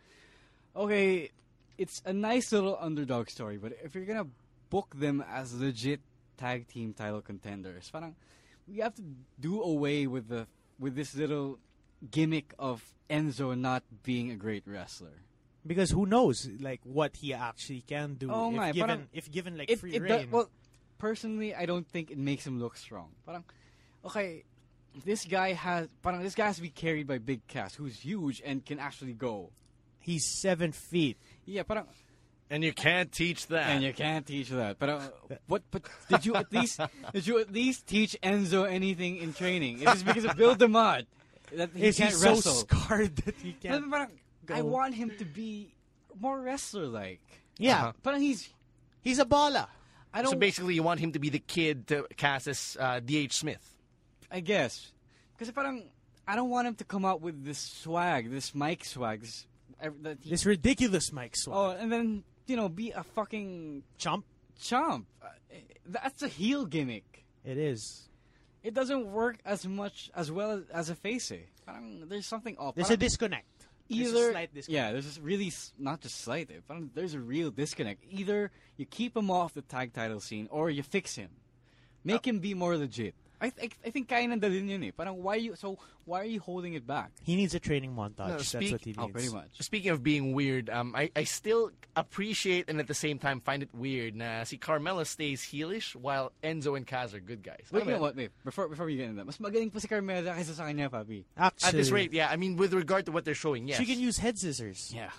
B: okay, it's a nice little underdog story, but if you're gonna book them as legit tag team title contenders, parang we have to do away with the with this little gimmick of Enzo not being a great wrestler.
E: because who knows like what he actually can do
B: Oh
E: if
B: my,
E: given
B: parang-
E: if given like
B: it,
E: free
B: it do-
E: reign.
B: well, personally, I don't think it makes him look strong. Parang, okay, this guy has parang this guy has to be carried by Big Cass, who's huge and can actually go.
E: He's seven feet.
B: Yeah, parang
A: And you can't teach
E: Ah.
A: that.
B: and you can't teach that. But uh, what? But did you at least did you at least teach Enzo anything in training? It is because of Bill Demott that he
E: is he
B: can't
E: so
B: wrestle.
E: scarred that he
B: But
E: can't?
B: parang, I
E: go.
B: want him to be more wrestler like.
A: Uh-huh.
E: yeah,
B: But he's
E: he's a baller.
B: I don't
A: so basically, you want him to be the kid to Cass's uh, D.H. Smith.
B: I guess. Because parang I don't want him to come out with this swag, this mic swag, this, ev- that he,
E: This ridiculous Mike Swag.
B: oh, and then you know be a fucking
E: Chump.
B: chump. Uh, That's a heel gimmick.
E: It is.
B: It doesn't work as much as well as, as a face. eh. Parang there's something off.
E: There's a
B: Parang
E: disconnect.
B: either
E: There's a slight disconnect.
B: yeah, there's this really s- not just slight. eh, Parang there's a real disconnect. Either you keep him off the tag title scene or you fix him, make him
E: Uh,
B: be more legit. I, th- I think kaya nanda din yun eh. Parang why you so why are you holding it back?
E: He needs a training montage.
A: No,
E: That's
A: speak-
E: what he needs.
B: Oh, pretty much.
A: Speaking of being weird, um, I, I still appreciate and at the same time find it weird. Nah, see, Carmella stays heelish while Enzo and Kaz are good guys.
B: Wait,
A: Alam
B: you know
A: mo yun?
B: what? Wait, before before we get into that, mas magaling pa si Carmela kaysa sa kanya, Papi.
E: Actually,
A: At this rate, yeah. I mean, with regard to what they're showing, yes.
E: she can use head scissors.
B: Yeah.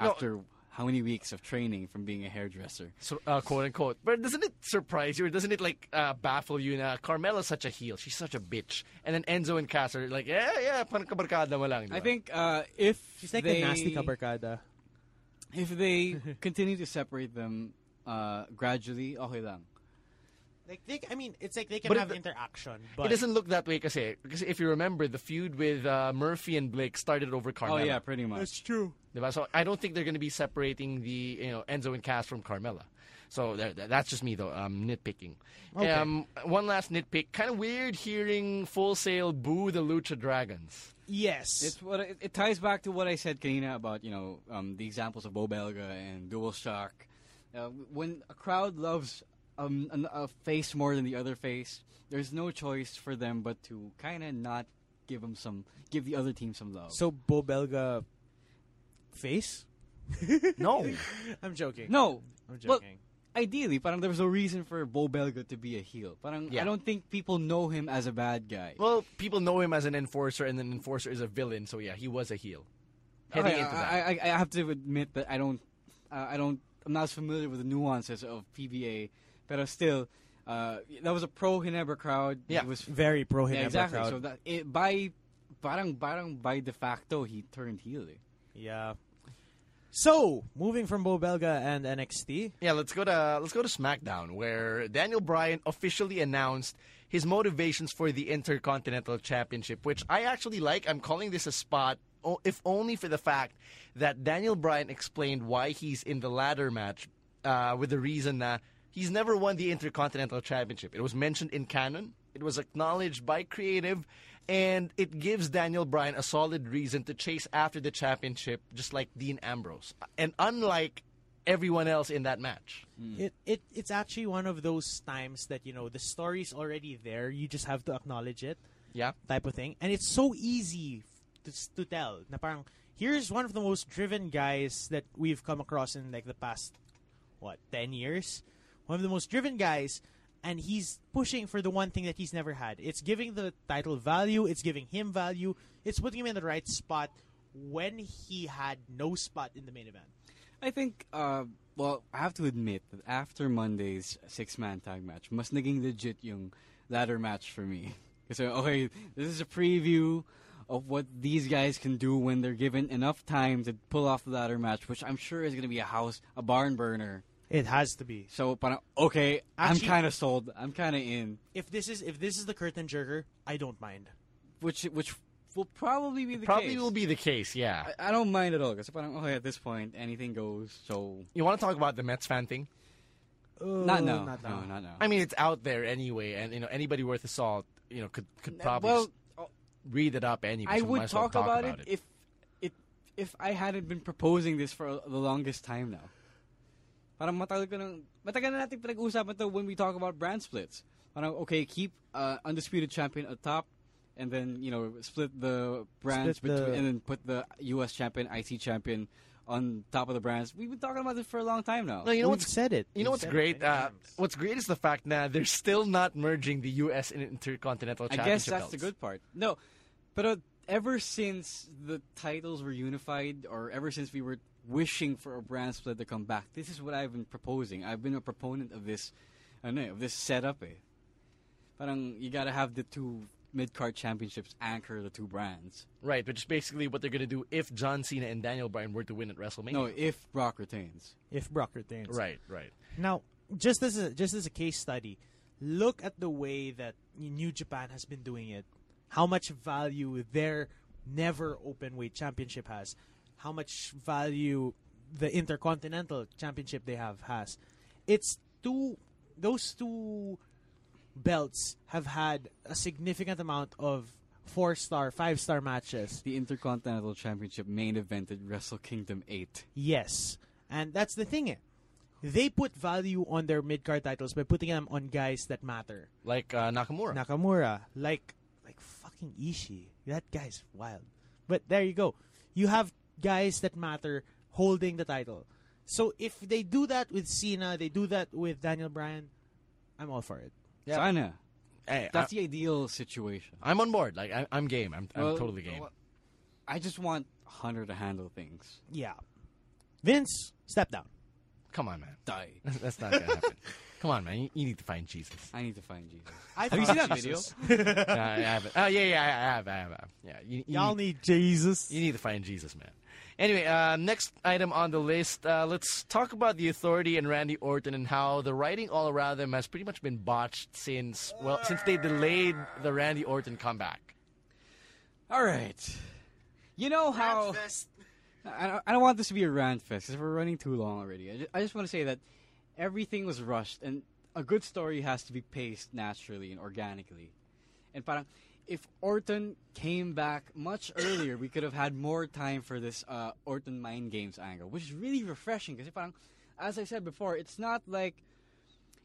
A: No.
B: After how many weeks of training from being a hairdresser?
A: So, uh, quote unquote. But doesn't it surprise you or doesn't it like uh, baffle you? Na Carmella's such a heel. She's such a bitch. And then Enzo and Kaz are like, yeah, yeah, panakabarkada mo lang. di
B: I
A: ba?
B: think uh, if
E: She's like
B: they,
E: the nasty kabarkada.
B: if they continue to separate them uh, gradually, okay lang.
E: Like they, I mean, it's like they can
A: But it-
E: have interaction, but
A: It doesn't look that way kasi, kasi if you remember, the feud with uh, Murphy and Blake started over
B: Oh
A: Carmella.
B: yeah, pretty much.
E: true.
A: Diba? So I don't think they're going to be separating the you know Enzo and Cass from Carmella. So there- th- that's just me though, um, nitpicking.
E: Okay.
A: Um, one last nitpick. Kind of weird hearing Full Sail boo the Lucha Dragons.
E: Yes,
B: It's what it, it ties back to what I said kanina about you know um, the examples of Bo Belga and Dual Shock. Uh, when a crowd loves um, an, a face more than the other face, there's no choice for them but to kind of not give them some, give the other team some love.
E: so Bo Belga face.
A: No,
E: I'm joking.
B: no,
E: I'm joking.
B: well, ideally, parang there was a reason for Bo Belga to be a heel. Parang
A: Yeah.
B: I don't think people know him as a bad guy.
A: well people know him as an enforcer, and an enforcer is a villain. So yeah, he was a heel. Heading
B: Okay,
A: into that.
B: I, I, I have to admit that I don't, uh, I don't, I'm not as familiar with the nuances of PBA, but still, uh, that was a pro Hinebra crowd.
A: Yeah.
B: it was
E: Very pro
B: yeah,
E: Hinebra
B: exactly.
E: crowd.
B: So that it, by, barang barang by de facto he turned heel. eh.
E: yeah. So moving from Bo Belga and NXT,
A: Yeah, let's go to let's go to SmackDown where Daniel Bryan officially announced his motivations for the Intercontinental Championship, which I actually like. I'm calling this a spot, o- if only for the fact that Daniel Bryan explained why he's in the ladder match uh, with the reason that he's never won the Intercontinental Championship. It was mentioned in canon, it was acknowledged by creative, and it gives Daniel Bryan a solid reason to chase after the championship, just like Dean Ambrose. And unlike everyone else in that match.
E: It, it it's actually one of those times that you know the story's already there. You just have to acknowledge it,
A: Yeah.
E: type of thing. And it's so easy to, s- to tell. Na parang, here's one of the most driven guys that we've come across in like the past what ten years. One of the most driven guys, and he's pushing for the one thing that he's never had. It's giving the title value. It's giving him value. It's putting him in the right spot when he had no spot in the main event.
B: I think, uh, well, I have to admit that after Monday's six-man tag match, mas naging legit yung ladder match for me. Kasi, okay, this is a preview of what these guys can do when they're given enough time to pull off the ladder match, which I'm sure is going to be a house, a barn burner.
E: It has to be.
B: So, parang, okay,
E: Actually-
B: I'm kind of sold. I'm kind of in.
E: if this is if this is the curtain jerker, I don't mind.
B: Which, which will probably be the
A: Probably
B: case.
A: will be the case, yeah.
B: I, I don't mind at all. Kasi parang, okay, at this point, anything goes. So,
A: You want to talk about the Mets fan thing?
B: not now.
E: not
B: no,
E: now.
B: not now.
A: I mean, it's out there anyway, and you know anybody worth his salt, you know, could could probably
B: Uh, well,
A: s- read it up anyway.
B: I
A: so we might
B: would
A: as well
B: talk, about, it, if it if I hadn't been proposing this for the longest time now. Parang matagal ko nang matagal na natin pinag-uusapan to when we talk about brand splits. Parang okay, keep uh, undisputed champion atop and then, you know, split the brands
E: Split the-
B: between and then put the US champion, IC champion on top of the brands. We've been talking about this for a long time now.
A: No, you know
E: We've
A: what's
E: said it.
A: you know
E: We've
A: what's
E: said
A: great?
E: it many
A: Uh,
E: times.
A: what's great is the fact that they're still not merging the U.S. and Intercontinental
B: I
A: Championship.
B: guess that's
A: belts.
B: the good part. No, but uh, ever since the titles were unified, or ever since we were wishing for a brand split to come back, this is what I've been proposing. I've been a proponent of this, I know, of this setup. Eh. Parang you gotta have the two mid card championships anchor the two brands.
A: right? Which is basically what they're going to do if John Cena and Daniel Bryan were to win at WrestleMania.
B: No, if Brock retains.
E: If Brock retains,
A: right, right.
E: now, just as a, just as a case study, look at the way that New Japan has been doing it. How much value their never open weight championship has. How much value the Intercontinental Championship they have has. It's two those two belts have had a significant amount of four star, five star matches.
B: The Intercontinental Championship main evented Wrestle Kingdom 8.
E: Yes. And that's the thing. eh. They put value on their mid card titles by putting them on guys that matter.
A: Like uh, Nakamura.
E: Nakamura, like like fucking Ishii. That guy's wild. But there you go. You have guys that matter holding the title. So if they do that with Cena, they do that with Daniel Bryan, I'm all for it.
A: Yeah.
B: Sana.
A: Hey, I,
B: That's the ideal situation.
A: I'm on board. Like I, I'm game. I'm, I'm
B: Well,
A: totally game.
B: I just want Hunter to handle things.
E: Yeah. Vince, step down.
A: Come on, man.
B: Die.
A: That's not gonna happen. Come on, man. You, you need to find Jesus.
B: I need to find Jesus.
E: I
B: Have you seen that video?
A: Uh, I haven't. Oh yeah, yeah, I have, I have, I have. Yeah, you, you
E: Y'all
A: need,
E: need Jesus.
A: you need to find Jesus, man. Anyway, uh, next item on the list. Uh, let's talk about the authority and Randy Orton and how the writing all around them has pretty much been botched since well since they delayed the Randy Orton comeback.
B: All right. You know how. I don't, I don't want this to be a rant fest because we're running too long already. I just, I just want to say that everything was rushed, and a good story has to be paced naturally and organically. And parang, if Orton came back much earlier, we could have had more time for this uh, Orton mind games angle, which is really refreshing. Because parang, as I said before, it's not like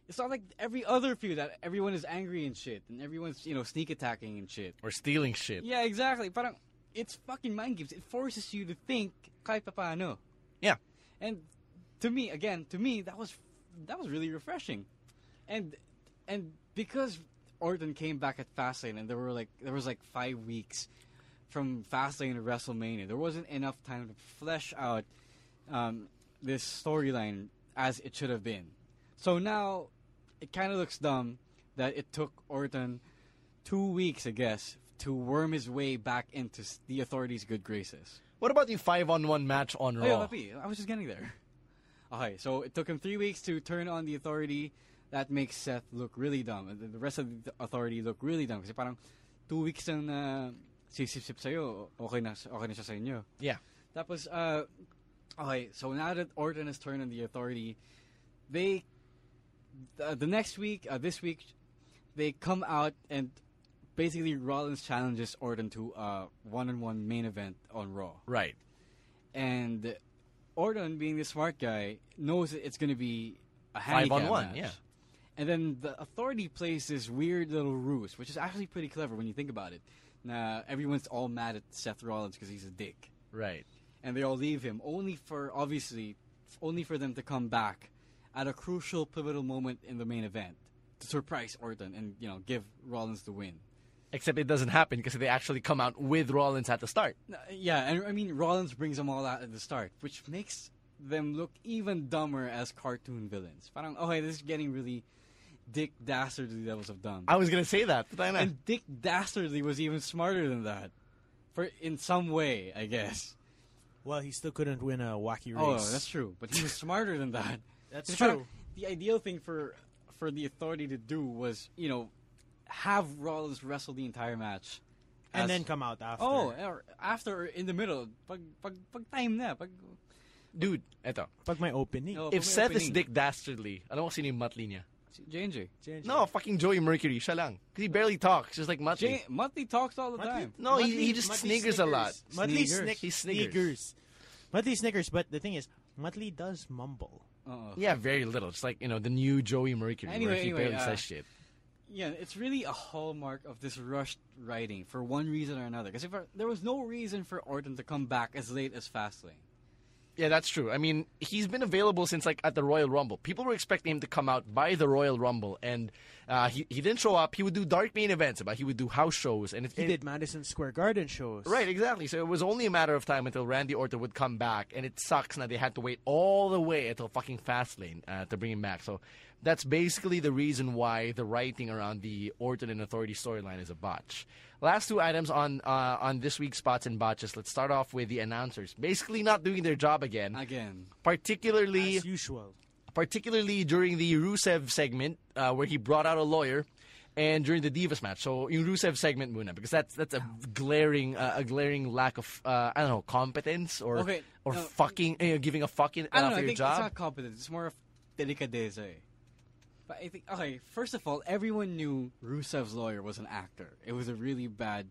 B: it's not like every other feud that everyone is angry and shit, and everyone's you know sneak attacking and shit.
A: Or stealing shit.
B: Yeah, exactly. Parang it's fucking mind games. It forces you to think kahit paano.
A: Yeah.
B: And to me, again, to me, that was that was really refreshing. And and because Orton came back at Fastlane, and there were like there was like five weeks from Fastlane to WrestleMania, there wasn't enough time to flesh out um, this storyline as it should have been. So now it kind of looks dumb that it took Orton two weeks, I guess, to worm his way back into s- the authorities' good graces.
A: What about the five on one match on
B: Hey,
A: Raw?
B: Papi, I was just getting there. Okay, so it took him three weeks to turn on the authority. that makes Seth look really dumb. and The the rest of the authority look really dumb. Kasi parang two weeks lang na sisip-sip sa'yo, okay na, okay na siya sa inyo.
A: Yeah.
B: Tapos, uh, okay, so now that Orton has turned on the authority, they, uh, the next week, uh, this week, they come out and basically Rollins challenges Orton to a one-on-one main event on Raw.
A: Right.
B: And Orton, being the smart guy, knows that it's going to be a
A: Five on
B: handicap
A: one,
B: match.
A: yeah.
B: And then the authority plays this weird little ruse, which is actually pretty clever when you think about it. Now, everyone's all mad at Seth Rollins because he's a dick
A: Right.
B: and they all leave him only for obviously only for them to come back at a crucial pivotal moment in the main event to surprise Orton and you know give Rollins the win.
A: Except it doesn't happen because they actually come out with Rollins at the start.
B: N- Yeah, and I mean Rollins brings them all out at the start, which makes them look even dumber as cartoon villains. Parang okay, this is getting really Dick Dastardly levels of dumb.
A: I was gonna say that. but I know.
B: and Dick Dastardly was even smarter than that, for in some way, I guess.
E: Well, he still couldn't win a wacky race.
B: Oh, that's true. But he was smarter than that.
E: That's
B: In
E: true.
B: fact, The ideal thing for for the authority to do was, you know, have Rollins wrestle the entire match,
E: And
B: as-
E: then come out after.
B: Oh, or after or in the middle, pag pag pag time na pag.
A: Dude, eto.
E: Pag may opening.
B: Oh,
A: If
B: pag may
A: Seth is
B: opening.
A: Dick Dastardly, alam mo sino yung matli niya?
B: Si JNJ.
A: No, fucking Joey Mercury, siya lang. Because he barely talks, just like
B: J-
A: matli.
B: Muttley talks all the time.
A: No, he, he just sniggers a lot.
E: Muttley
B: Sniggers.
E: snick-
A: He sniggers.
E: sniggers. Muttley sniggers, but the thing is, Muttley does mumble.
B: Uh-oh.
A: Yeah, very little. It's like, you know, the new Joey Mercury where
B: Anyway,
A: he
B: anyway,
A: barely
B: uh,
A: says shit.
B: Yeah, it's really a hallmark of this rushed writing for one reason or another. Because if uh, there was no reason for Orton to come back as late as Fastlane.
A: Yeah, that's true. I mean, he's been available since like at the Royal Rumble. People were expecting him to come out by the Royal Rumble, and uh, he he didn't show up. He would do dark main events, but he would do house shows, and it,
E: He
A: it-
E: did Madison Square Garden shows.
A: Right, exactly. So it was only a matter of time until Randy Orton would come back, and it sucks that they had to wait all the way until fucking Fastlane uh, to bring him back. So that's basically the reason why the writing around the Orton and Authority storyline is a botch. Last two items on uh, on this week's spots and botches. Let's start off with the announcers, basically not doing their job again,
B: Again.
A: particularly
E: As usual.
A: particularly during the Rusev segment uh, where he brought out a lawyer, and during the Divas match. So in Rusev segment muna because that's that's a glaring uh, a glaring lack of uh, I don't know competence or
B: Okay,
A: or
B: no.
A: fucking uh, giving a fucking
B: I
A: uh,
B: don't know.
A: for
B: I
A: your
B: think it's
A: job.
B: not competence. It's more of delicadeza. eh. But I think okay. First of all, everyone knew Rusev's lawyer was an actor. It was a really bad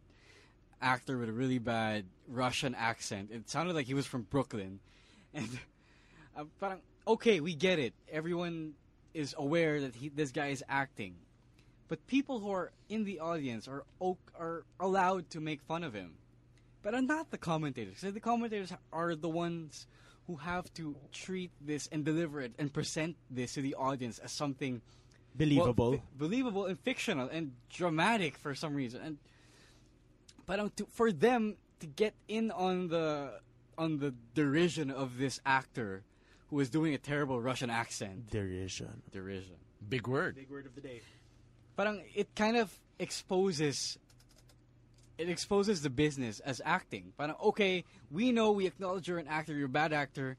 B: actor with a really bad Russian accent. It sounded like he was from Brooklyn, and uh, parang okay, we get it. Everyone is aware that he, this guy is acting, but people who are in the audience are o- are allowed to make fun of him but are not the commentators. So the commentators are the ones who have to treat this and deliver it and present this to the audience as something well,
E: Believable.
B: fi- believable and fictional and dramatic for some reason. And but um, to, for them to get in on the on the derision of this actor who is doing a terrible Russian accent,
E: Derision.
B: derision.
A: Big word.
E: Big word of the day.
B: parang it kind of exposes it exposes the business as acting. Parang okay, we know we acknowledge you're an actor, you're a bad actor.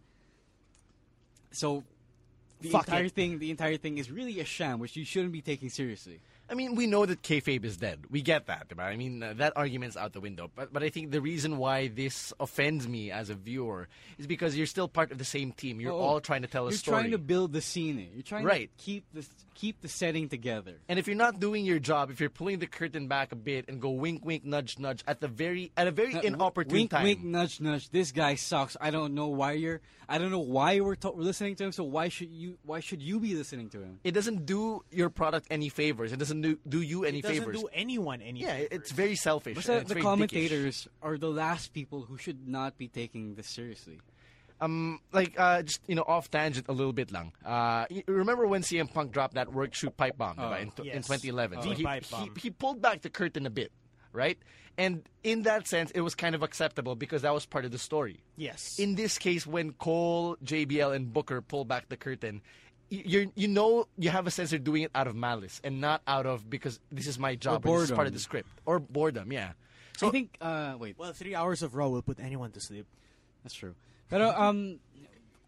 B: So the
E: Fuck
B: entire
E: it.
B: thing, the entire thing is really a sham, which you shouldn't be taking seriously.
A: I mean, we know that kayfabe is dead. We get that. But I mean, uh, that argument's out the window. But but I think the reason why this offends me as a viewer is because you're still part of the same team. You're
B: Oh,
A: all trying to tell a
B: You're
A: story.
B: trying to build the scene. eh? You're trying
A: Right.
B: to keep the keep the setting together.
A: And if you're not doing your job, if you're pulling the curtain back a bit and go wink, wink, nudge, nudge at the very at a very
B: Uh,
A: inopportune
B: wink,
A: time,
B: Wink, nudge, nudge. This guy sucks. I don't know why you're. I don't know why we're, to- we're listening to him. So why should you? Why should you be listening to him?
A: it doesn't do your product any favors. It doesn't do, do you any
E: It doesn't
A: favors.
E: do anyone any
A: yeah,
E: favors.
A: it's very selfish.
B: But
A: and
B: the,
A: it's
B: the
A: very uh, dickish.
B: commentators are the last people who should not be taking this seriously.
A: like uh, just you know off tangent a little bit lang. Uh, y- remember when CM Punk dropped that work shoot pipe bomb diba, in, tw- in
E: Oh, yes.
A: 2011?
E: The
A: he,
E: pipe
A: he-
E: bomb.
A: he pulled back the curtain a bit, right? And in that sense, it was kind of acceptable because that was part of the story.
E: Yes.
A: In this case, when Cole, JBL, and Booker pull back the curtain. y- You're, you know you have a sense they're doing it out of malice and not out of because this is my job and this is part of
B: boredom.
A: the script or boredom yeah
B: I think. Uh, wait,
E: well, three hours of Raw will put anyone to sleep.
B: that's true. But um,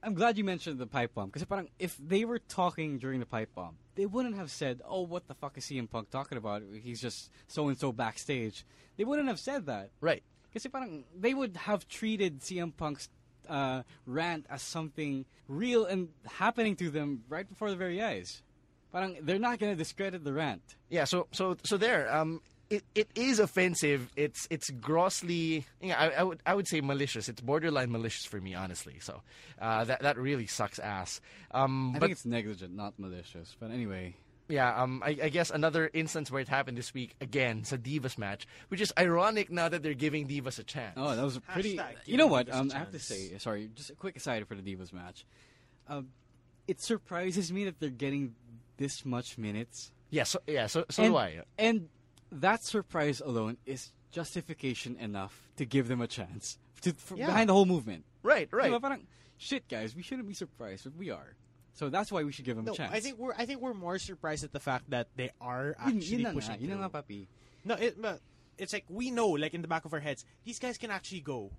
B: I'm glad you mentioned the pipe bomb because parang if they were talking during the pipe bomb, they wouldn't have said, "Oh, what the fuck is CM Punk talking about? He's just so and so backstage." They wouldn't have said that.
F: Right.
B: Kasi parang they would have treated CM Punk's uh, rant as something real and happening to them right before their very eyes. Parang they're not gonna discredit the rant.
A: Yeah, so so so there. Um, it, it is offensive. It's it's grossly. Yeah, I, I would I would say malicious. It's borderline malicious for me, honestly. So, uh, that that really sucks ass. Um, but
B: I think it's negligent, not malicious. But anyway,
A: yeah, um, I, I guess another instance where it happened this week again, it's a Divas match, which is ironic now that they're giving Divas a chance.
B: oh, that was a pretty.
E: Hashtag
B: You know
E: give
B: what?
E: Divas a
B: Um, I have to
E: chance.
B: say, sorry. Just a quick aside for the Divas match. Um, it surprises me that they're getting this much minutes.
A: yeah, so yeah, so so
B: and,
A: do I.
B: and that surprise alone is justification enough to give them a chance to, for,
A: Yeah.
B: behind the whole movement.
A: Right, right.
B: Diba? Parang, shit, guys, we shouldn't be surprised, but we are. So that's why we should give them
E: No,
B: a chance.
E: I think we're I think we're more surprised at the fact that they are
B: Yun-
E: actually
B: yun na nga,
E: pushing.
B: yun na
E: through.
B: nga, papi.
E: No, it, but it's like we know, like in the back of our heads, these guys can actually go,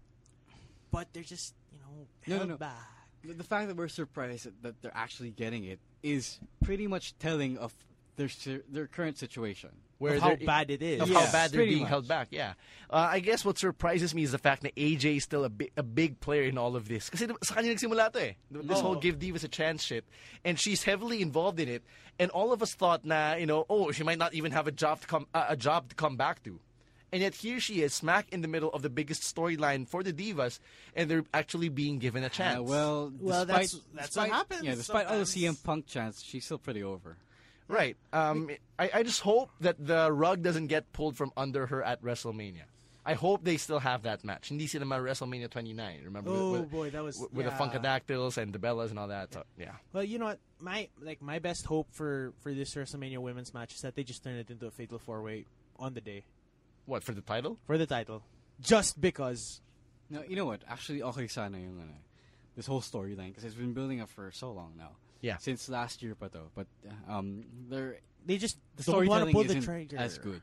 E: but they're just you know
B: No, no,
E: held
B: no.
E: back.
B: The the fact that we're surprised that- that they're actually getting it is pretty much telling of their si- their current situation.
A: Where
E: of how
A: they're-
E: bad it is.
A: of
B: Yeah.
A: how bad they're
B: pretty
A: being
B: much.
A: held back. Yeah, uh, I guess what surprises me is the fact that AJ is still a, bi- a big player in all of this. Kasi sa kanya nagsimula to eh. This
B: Oh.
A: whole give divas a chance shit, and she's heavily involved in it. And all of us thought na you know oh she might not even have a job to come uh, a job to come back to. And yet here she is, smack in the middle of the biggest storyline for the divas, and they're actually being given a chance.
B: Uh, well,
E: Well,
B: despite,
E: that's- that's what
B: despite,
E: happens
B: Yeah, despite all the
E: sometimes.
B: CM Punk chants, she's still pretty over.
A: right. Um, I, I just hope that the rug doesn't get pulled from under her at WrestleMania. I hope they still have that match. Hindi sila ma- WrestleMania 29. Remember?
E: Oh,
A: with,
E: boy, that was-
A: with, with the
E: yeah.
A: Funkadactyls and the Bellas and all that. So, yeah.
E: Well, you know what? My like my best hope for for this WrestleMania women's match is that they just turn it into a fatal four way on the day
A: What for the title?
E: for the title, just because.
B: No, you know what? Actually, okay sana yung ano, this whole storyline because it's been building up for so long now.
A: Yeah.
B: Since last year pa to. But um, they're,
E: They just
B: the
E: don't want to
B: storytelling
E: pull the
B: isn't
E: trigger.
B: as good.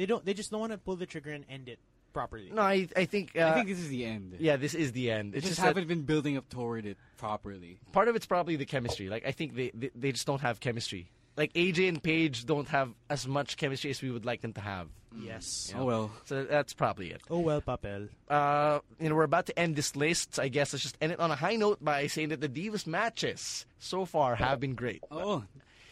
E: They don't. They just don't want to pull the trigger and end it properly.
A: No, I I think. Uh,
B: I think this is the end.
A: yeah, this is the end.
B: They
A: It's
B: just
A: just, that
B: haven't been building up toward it properly.
A: part of it's probably the chemistry. Like I think they, they they just don't have chemistry. Like AJ and Paige don't have as much chemistry as we would like them to have.
E: Yes.
B: Oh well.
A: So that's probably it.
E: Oh well, papel.
A: uh, you know, we're about to end this list. I guess let's just end it on a high note by saying that the Divas matches so far have been great,
B: Oh,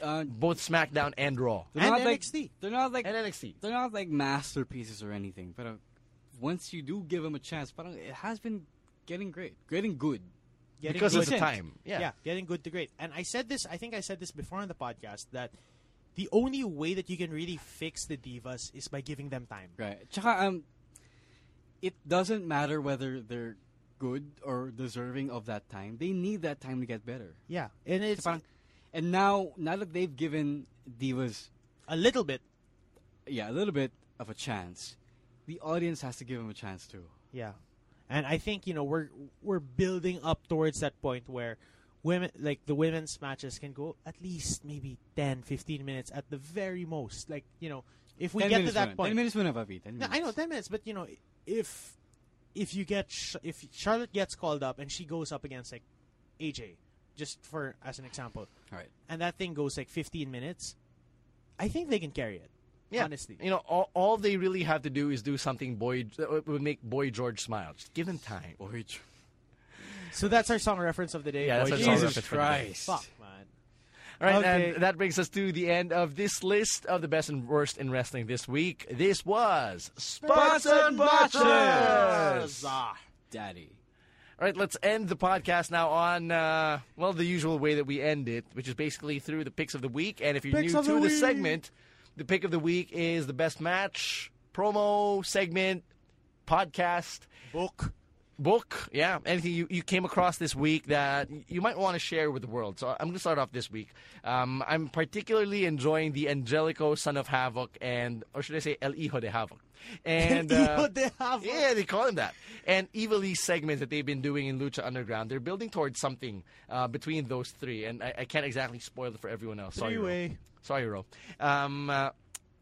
B: uh,
A: both SmackDown and Raw
B: they're
E: And
B: not
E: NXT.
B: Like, they're not like
A: and NXT.
B: they're not like masterpieces or anything. But uh, once you do give them a chance, but uh, it has been getting great, getting good.
E: Getting
A: Because of
E: good-
A: the time, yeah.
E: getting good to great. And I said this. I think I said this before on the podcast that the only way that you can really fix the divas is by giving them time.
B: Right. Tsaka, um, it doesn't matter whether they're good or deserving of that time. They need that time to get better.
E: Yeah, and it's
B: Parang- and now, now that they've given divas,
E: a little bit.
B: yeah, a little bit of a chance, the audience has to give them a chance too.
E: Yeah, and I think you know we're we're building up towards that point where women like the women's matches can go at least maybe 10, 15 minutes at the very most. Like you know, if we
B: 10
E: get to
B: minutes
E: that
B: muna.
E: point,
B: Ten minutes muna, papi. Ten
E: No,
B: minutes.
E: I know ten minutes, but you know, if if you get Sh- if Charlotte gets called up and she goes up against like AJ, just for as an example,
B: All right.
E: and that thing goes like fifteen minutes, I think they can carry it.
A: Yeah,
E: Honestly,
A: you know, all, all they really have to do is do something boy that would make Boy George smile. Just give them time.
B: Boy,
E: so that's our song reference of the day.
A: Yeah, that's
E: Boy,
A: our song
E: Jesus
A: reference for the day.
E: Christ. Fuck, man.
A: All right,
E: Okay.
A: and that brings us to the end of this list of the best and worst in wrestling this week. This was Spots and Botches. All
E: Ah,
B: daddy.
A: right, let's end the podcast now on uh, well the usual way that we end it, which is basically through the picks of the week. And if you're
E: Picks
A: new
E: of
A: to
E: the
A: the
E: week.
A: segment, the pick of the week is the best match, promo, segment, podcast,
E: Book.
A: book, yeah, anything you, you came across this week that you might want to share with the world. So I'm going to start off this week. Um, I'm particularly enjoying the Angelico Son of Havoc and, or should I say, El Hijo de Havoc. And,
E: El
A: uh,
E: Hijo de Havoc.
A: Yeah, they call him that. And Evil East segments that they've been doing in Lucha Underground, they're building towards something uh, between those three. And I, I can't exactly spoil it for everyone else. Sorry, Ro.
E: Three-way.
A: Sorry, Ro. Um, uh,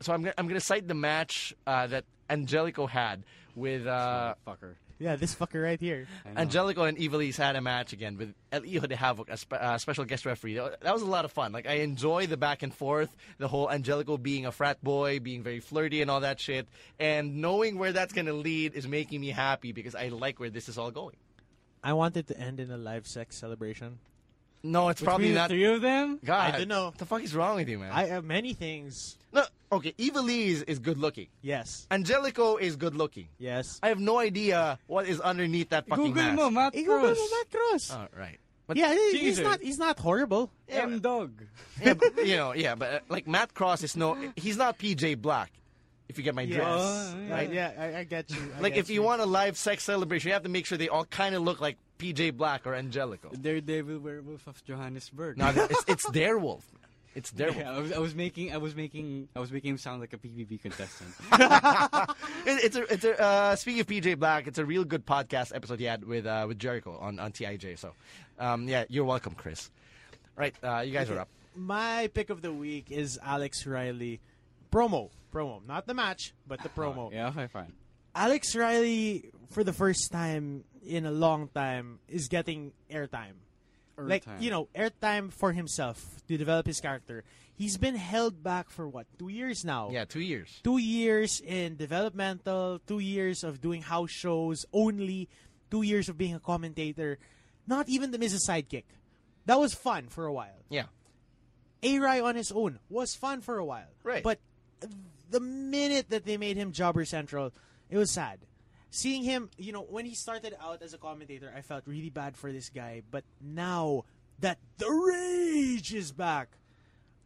A: so I'm, gonna- I'm going to cite the match uh, that Angelico had with... Uh,
B: Fucker.
E: Yeah, this fucker right here.
A: Angelico and Evilise had a match again with El Hijo de Havoc, a spe- uh, special guest referee. That that was a lot of fun. Like, I enjoy the back and forth, the whole Angelico being a frat boy, being very flirty and all that shit. And knowing where that's going to lead is making me happy because I like where this is all going.
E: I wanted to end in a live sex celebration.
A: No, it's probably
B: Between
A: not.
B: the three of them.
A: God,
E: I don't know.
A: What the fuck is wrong with you, man?
E: I have many things.
A: no, okay, Evilise is good looking.
E: Yes.
A: Angelico is good looking.
E: Yes.
A: I have no idea what is underneath that fucking
B: Google
A: mask.
B: mo, Matt Cross.
A: All right. But
E: yeah, he- he's
B: Cheater.
E: not. He's not horrible.
B: M Dog.
A: yeah, but, you know, yeah, but uh, like Matt Cross is no, he's not PJ Black. If you get my drift.
E: Yes.
B: yeah.
E: Right. Oh, Yeah, I, I get you. I
A: Like,
E: get
A: if you want a live sex celebration, you have to make sure they all kind of look like PJ Black or Angelico.
B: Daredevil Werewolf of Johannesburg.
A: No, it's, it's their wolf. man. It's their wolf.
B: Yeah, I was, I was making, I was making, I was making him sound like a PBB contestant.
A: It, it's a, it's a, uh, speaking of PJ Black, it's a real good podcast episode he had with uh, with Jericho on, on TIJ. So, um, yeah, you're welcome, Chris. Right, uh, you guys are up.
E: My pick of the week is Alex Riley. Promo. Promo. Not the match, but the
A: Oh,
E: promo.
B: yeah, okay, fine.
E: Alex Riley, for the first time in a long time, is getting airtime. Like,
B: Airtime.
E: you know, airtime for himself to develop his character. He's been held back for what, two years now?
A: Yeah, two years.
E: two years in developmental, two years of doing house shows only, two years of being a commentator, not even the Mrs. Sidekick. That was fun for a while.
A: Yeah.
E: A Rai on his own was fun for a while.
A: Right.
E: But the minute that they made him Jobber Central, it was sad. Seeing him, you know, when he started out as a commentator, I felt really bad for this guy. But now that the rage is back,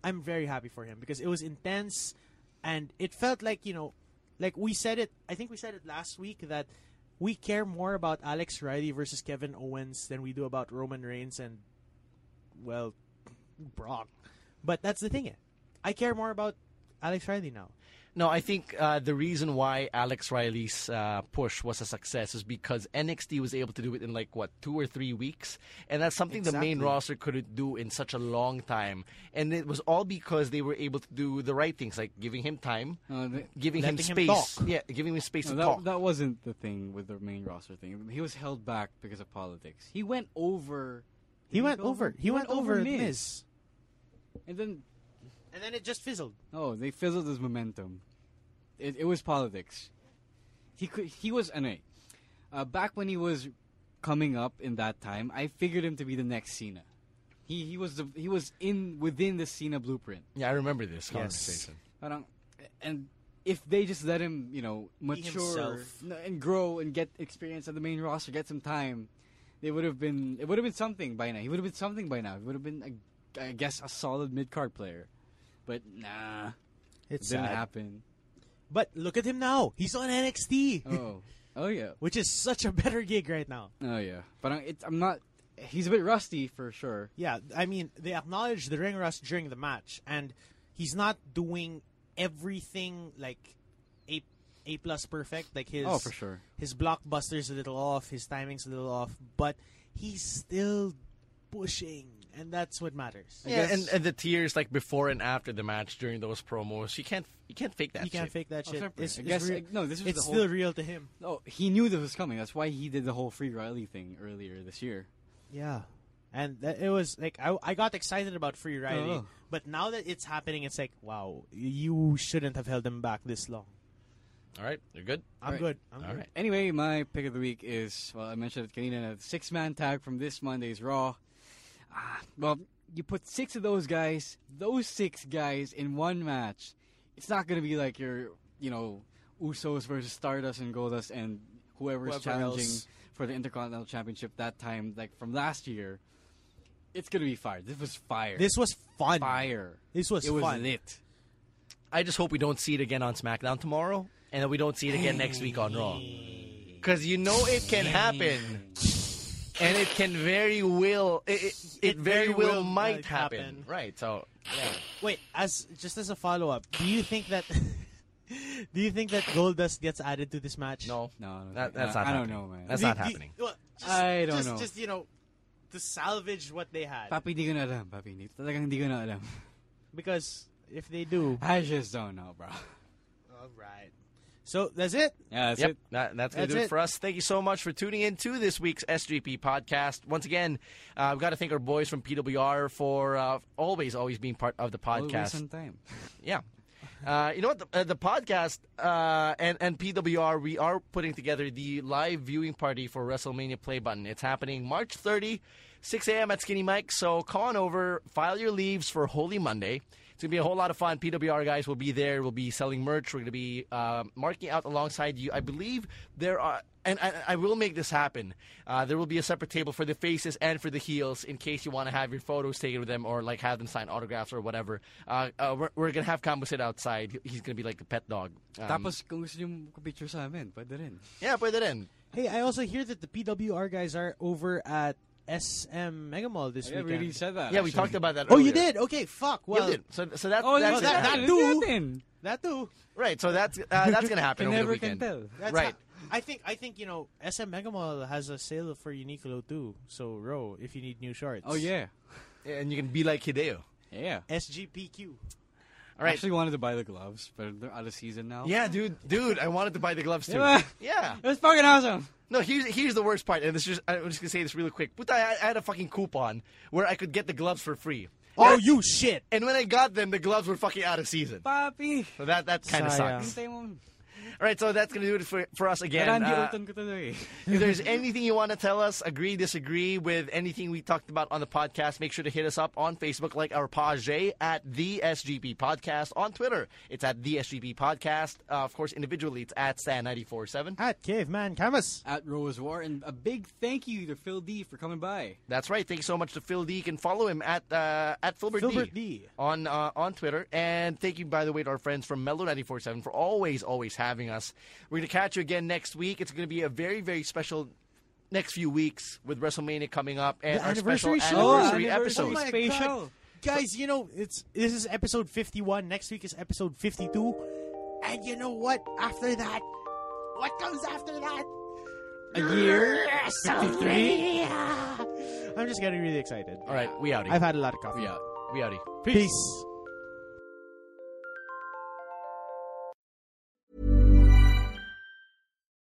E: I'm very happy for him because it was intense and it felt like, you know, like we said it, I think we said it last week that we care more about Alex Riley versus Kevin Owens than we do about Roman Reigns and, well, Brock. But that's the thing. eh. I care more about Alex Riley now.
A: No, I think uh, the reason why Alex Riley's uh, push was a success is because NXT was able to do it in like what two or three weeks, and that's something the main
E: Exactly.
A: roster couldn't do in such a long time. And it was all because they were able to do the right things, like giving him time,
B: No, the-
A: giving him
E: Letting him
A: space.
E: talk.
A: Yeah, giving him space
B: No,
A: to
B: that,
A: talk.
B: that wasn't the thing with the main roster thing. He was held back because of politics. He went over.
E: He,
B: did
E: went
B: go
E: over. He went, over Miz.
B: and then
E: And then it just fizzled.
B: oh, they fizzled his momentum. It, it was politics. He could. He was anyway. Uh, back when he was coming up in that time, I figured him to be the next Cena. He he was the, he was in within the Cena blueprint.
A: yeah, I remember this conversation.
B: Parang, and if they just let him, you know, mature
E: himself.
B: n- and grow and get experience on the main roster, get some time, they would have been. It would have been something by now. He would have been something by now. He would have been, I I guess, a solid mid card player. But nah, it
E: It's
B: didn't
E: sad.
B: happen.
E: But look at him now. He's on NXT,
B: Oh, oh yeah,
E: which is such a better gig right now.
B: oh yeah. But I'm, it's, I'm not. He's a bit rusty for sure.
E: Yeah, I mean, they acknowledged the ring rust during the match, and he's not doing everything like a a plus perfect. Like his
B: Oh, for sure.
E: his blockbuster's a little off, his timing's a little off, but he's still pushing, and that's what matters.
A: Yeah,
B: guess-
A: and, and the tears like before and after the match during those promos, you can't you can't fake that.
E: you can't
A: shit.
E: fake that
B: Oh,
E: shit.
B: separate.
E: It's,
B: I
E: it's
B: guess-
E: real-
B: no, this was
E: it's
B: the whole-
E: still real to him.
B: Oh, he knew this was coming. That's why he did the whole free Riley thing earlier this year.
E: Yeah, and that, it was like I, I got excited about Free Riley,
B: Oh.
E: but now that it's happening, it's like wow, you shouldn't have held him back this long.
A: All right, you're good.
E: I'm
B: Right.
E: good. I'm
A: All
E: good.
A: right.
B: Anyway, my pick of the week is well, I mentioned it, Kanina, six man tag from this Monday's Raw. Ah, well, you put six of those guys, those six guys in one match. It's not going to be like your, you know, Usos versus Stardust and Goldust and whoever's
E: Whoever
B: challenging
E: else.
B: for the Intercontinental Championship that time, like from last year. It's going to be fire. This was fire.
E: This was fun.
B: fire.
E: This was
B: it was
E: fun.
B: lit.
A: I just hope we don't see it again on SmackDown tomorrow, and that we don't see it again next week on Raw. Because you know it can happen, and it can very will it, it, it
E: It
A: very,
E: very
A: well
E: will
A: might
E: might
A: happen.
E: happen.
A: Right. So yeah.
E: Wait, as just as a follow up, do you think that do you think that Goldust gets added to this match?
A: no,
B: No, I don't
A: that,
B: think-
A: that's
B: I-
A: not.
B: I don't
A: happening.
B: know, man.
A: That's
E: Do-
A: not
E: do-
A: happening.
E: well, just-
B: I don't
E: just,
B: know.
E: Just you know, to salvage what they had,
B: Papi, di ko na alam. Papi, hindi- talagang di ko na alam.
E: because if they do,
B: I just don't know, bro.
E: all right. So that's it.
B: Yeah, that's
A: yep,
B: it.
A: that- that's going to
E: That's
A: do it.
E: it.
A: for us. Thank you so much for tuning in to this week's SGP podcast. Once again, uh, we've got to thank our boys from PWR for uh, always, always being part of the podcast.
B: Always on time.
A: Yeah. Uh, you know what? The, uh, the podcast uh, and, and PWR, we are putting together the live viewing party for WrestleMania Play Button. It's happening March 30, 6 a.m. at Skinny Mike. So come on over, file your leaves for Holy Monday. It's going to be a whole lot of fun. PWR guys will be there. We'll be selling merch. We're going to be uh, marking out alongside you. I believe there are. And I, I will make this happen. Uh, there will be a separate table for the faces and for the heels in case you want to have your photos taken with them or like have them sign autographs or whatever. Uh, uh, we're, we're gonna have Kambo sit outside. He- He's gonna be like the pet dog. Um,
B: Tapos kung gusto niyo picture sa amin, pwede rin.
A: yeah, pwede rin.
E: Hey, I also hear that the PWR guys are over at SM Mega Mall this
B: Yeah,
E: weekend.
B: we already said that.
A: Yeah, we
B: Uh, actually.
A: talked about that.
E: Oh, you
A: earlier.
E: did? Okay, fuck.
A: Yeah,
E: Well,
A: we did. So, so that,
B: Oh,
A: that's
B: that's
E: that-
A: it.
E: that-
B: that,
E: too.
B: natin.
E: that too.
A: right. So that's uh, that's gonna happen
B: You
A: over the
B: never
A: weekend.
B: can tell.
E: That's
A: Right.
E: how- I think I think you know SM Mega Mall has a sale for Uniqlo too. So row if you need new shorts.
B: Oh yeah,
A: And you can be like Hideo.
B: yeah.
E: SGPQ.
A: All right.
B: Actually wanted to buy the gloves, but they're out of season now.
A: yeah, dude, dude, I wanted to buy the gloves too.
B: Yeah.
A: Yeah.
B: it was fucking awesome.
A: No, here's here's the worst part, and this is just I'm just gonna say this really quick. But I, I had a fucking coupon where I could get the gloves for free,
E: Oh, you shit.
A: and when I got them, the gloves were fucking out of season.
B: Papi,
A: So that that kind of
E: Sayang.
A: sucks.
B: hintay mo.
A: All right, so that's gonna do it for, for us again.
B: Randy
A: Uh,
B: Orton ko tuloy.
A: if there's anything you want to tell us, agree, disagree with anything we talked about on the podcast, make sure to hit us up on Facebook, like our page at the SGP Podcast. On Twitter, it's at the SGP Podcast. Uh, of course, individually, it's at Stan947.
E: At Caveman Canvas.
B: At Rose War, and a big thank you to Phil D for coming by.
A: That's right. Thank you so much to Phil D. You can follow him at uh, at Philbert,
E: Philbert D.
A: on uh, on Twitter. And thank you, by the way, to our friends from Mellow 947 for always, always having us. We're going to catch you again next week. It's going to be a very, very special next few weeks with WrestleMania coming up and
E: The
A: our special
E: anniversary show.
A: anniversary
B: Oh,
A: episode.
B: anniversary
E: my
B: Special.
E: God. Guys, you know, it's this is episode 51. Next week is episode 52. And you know what? After that, what comes after that?
B: A year.
E: WrestleMania. I'm just getting really excited.
A: All right, we outie.
E: I've had a lot of coffee.
A: we out. We outie.
E: Peace.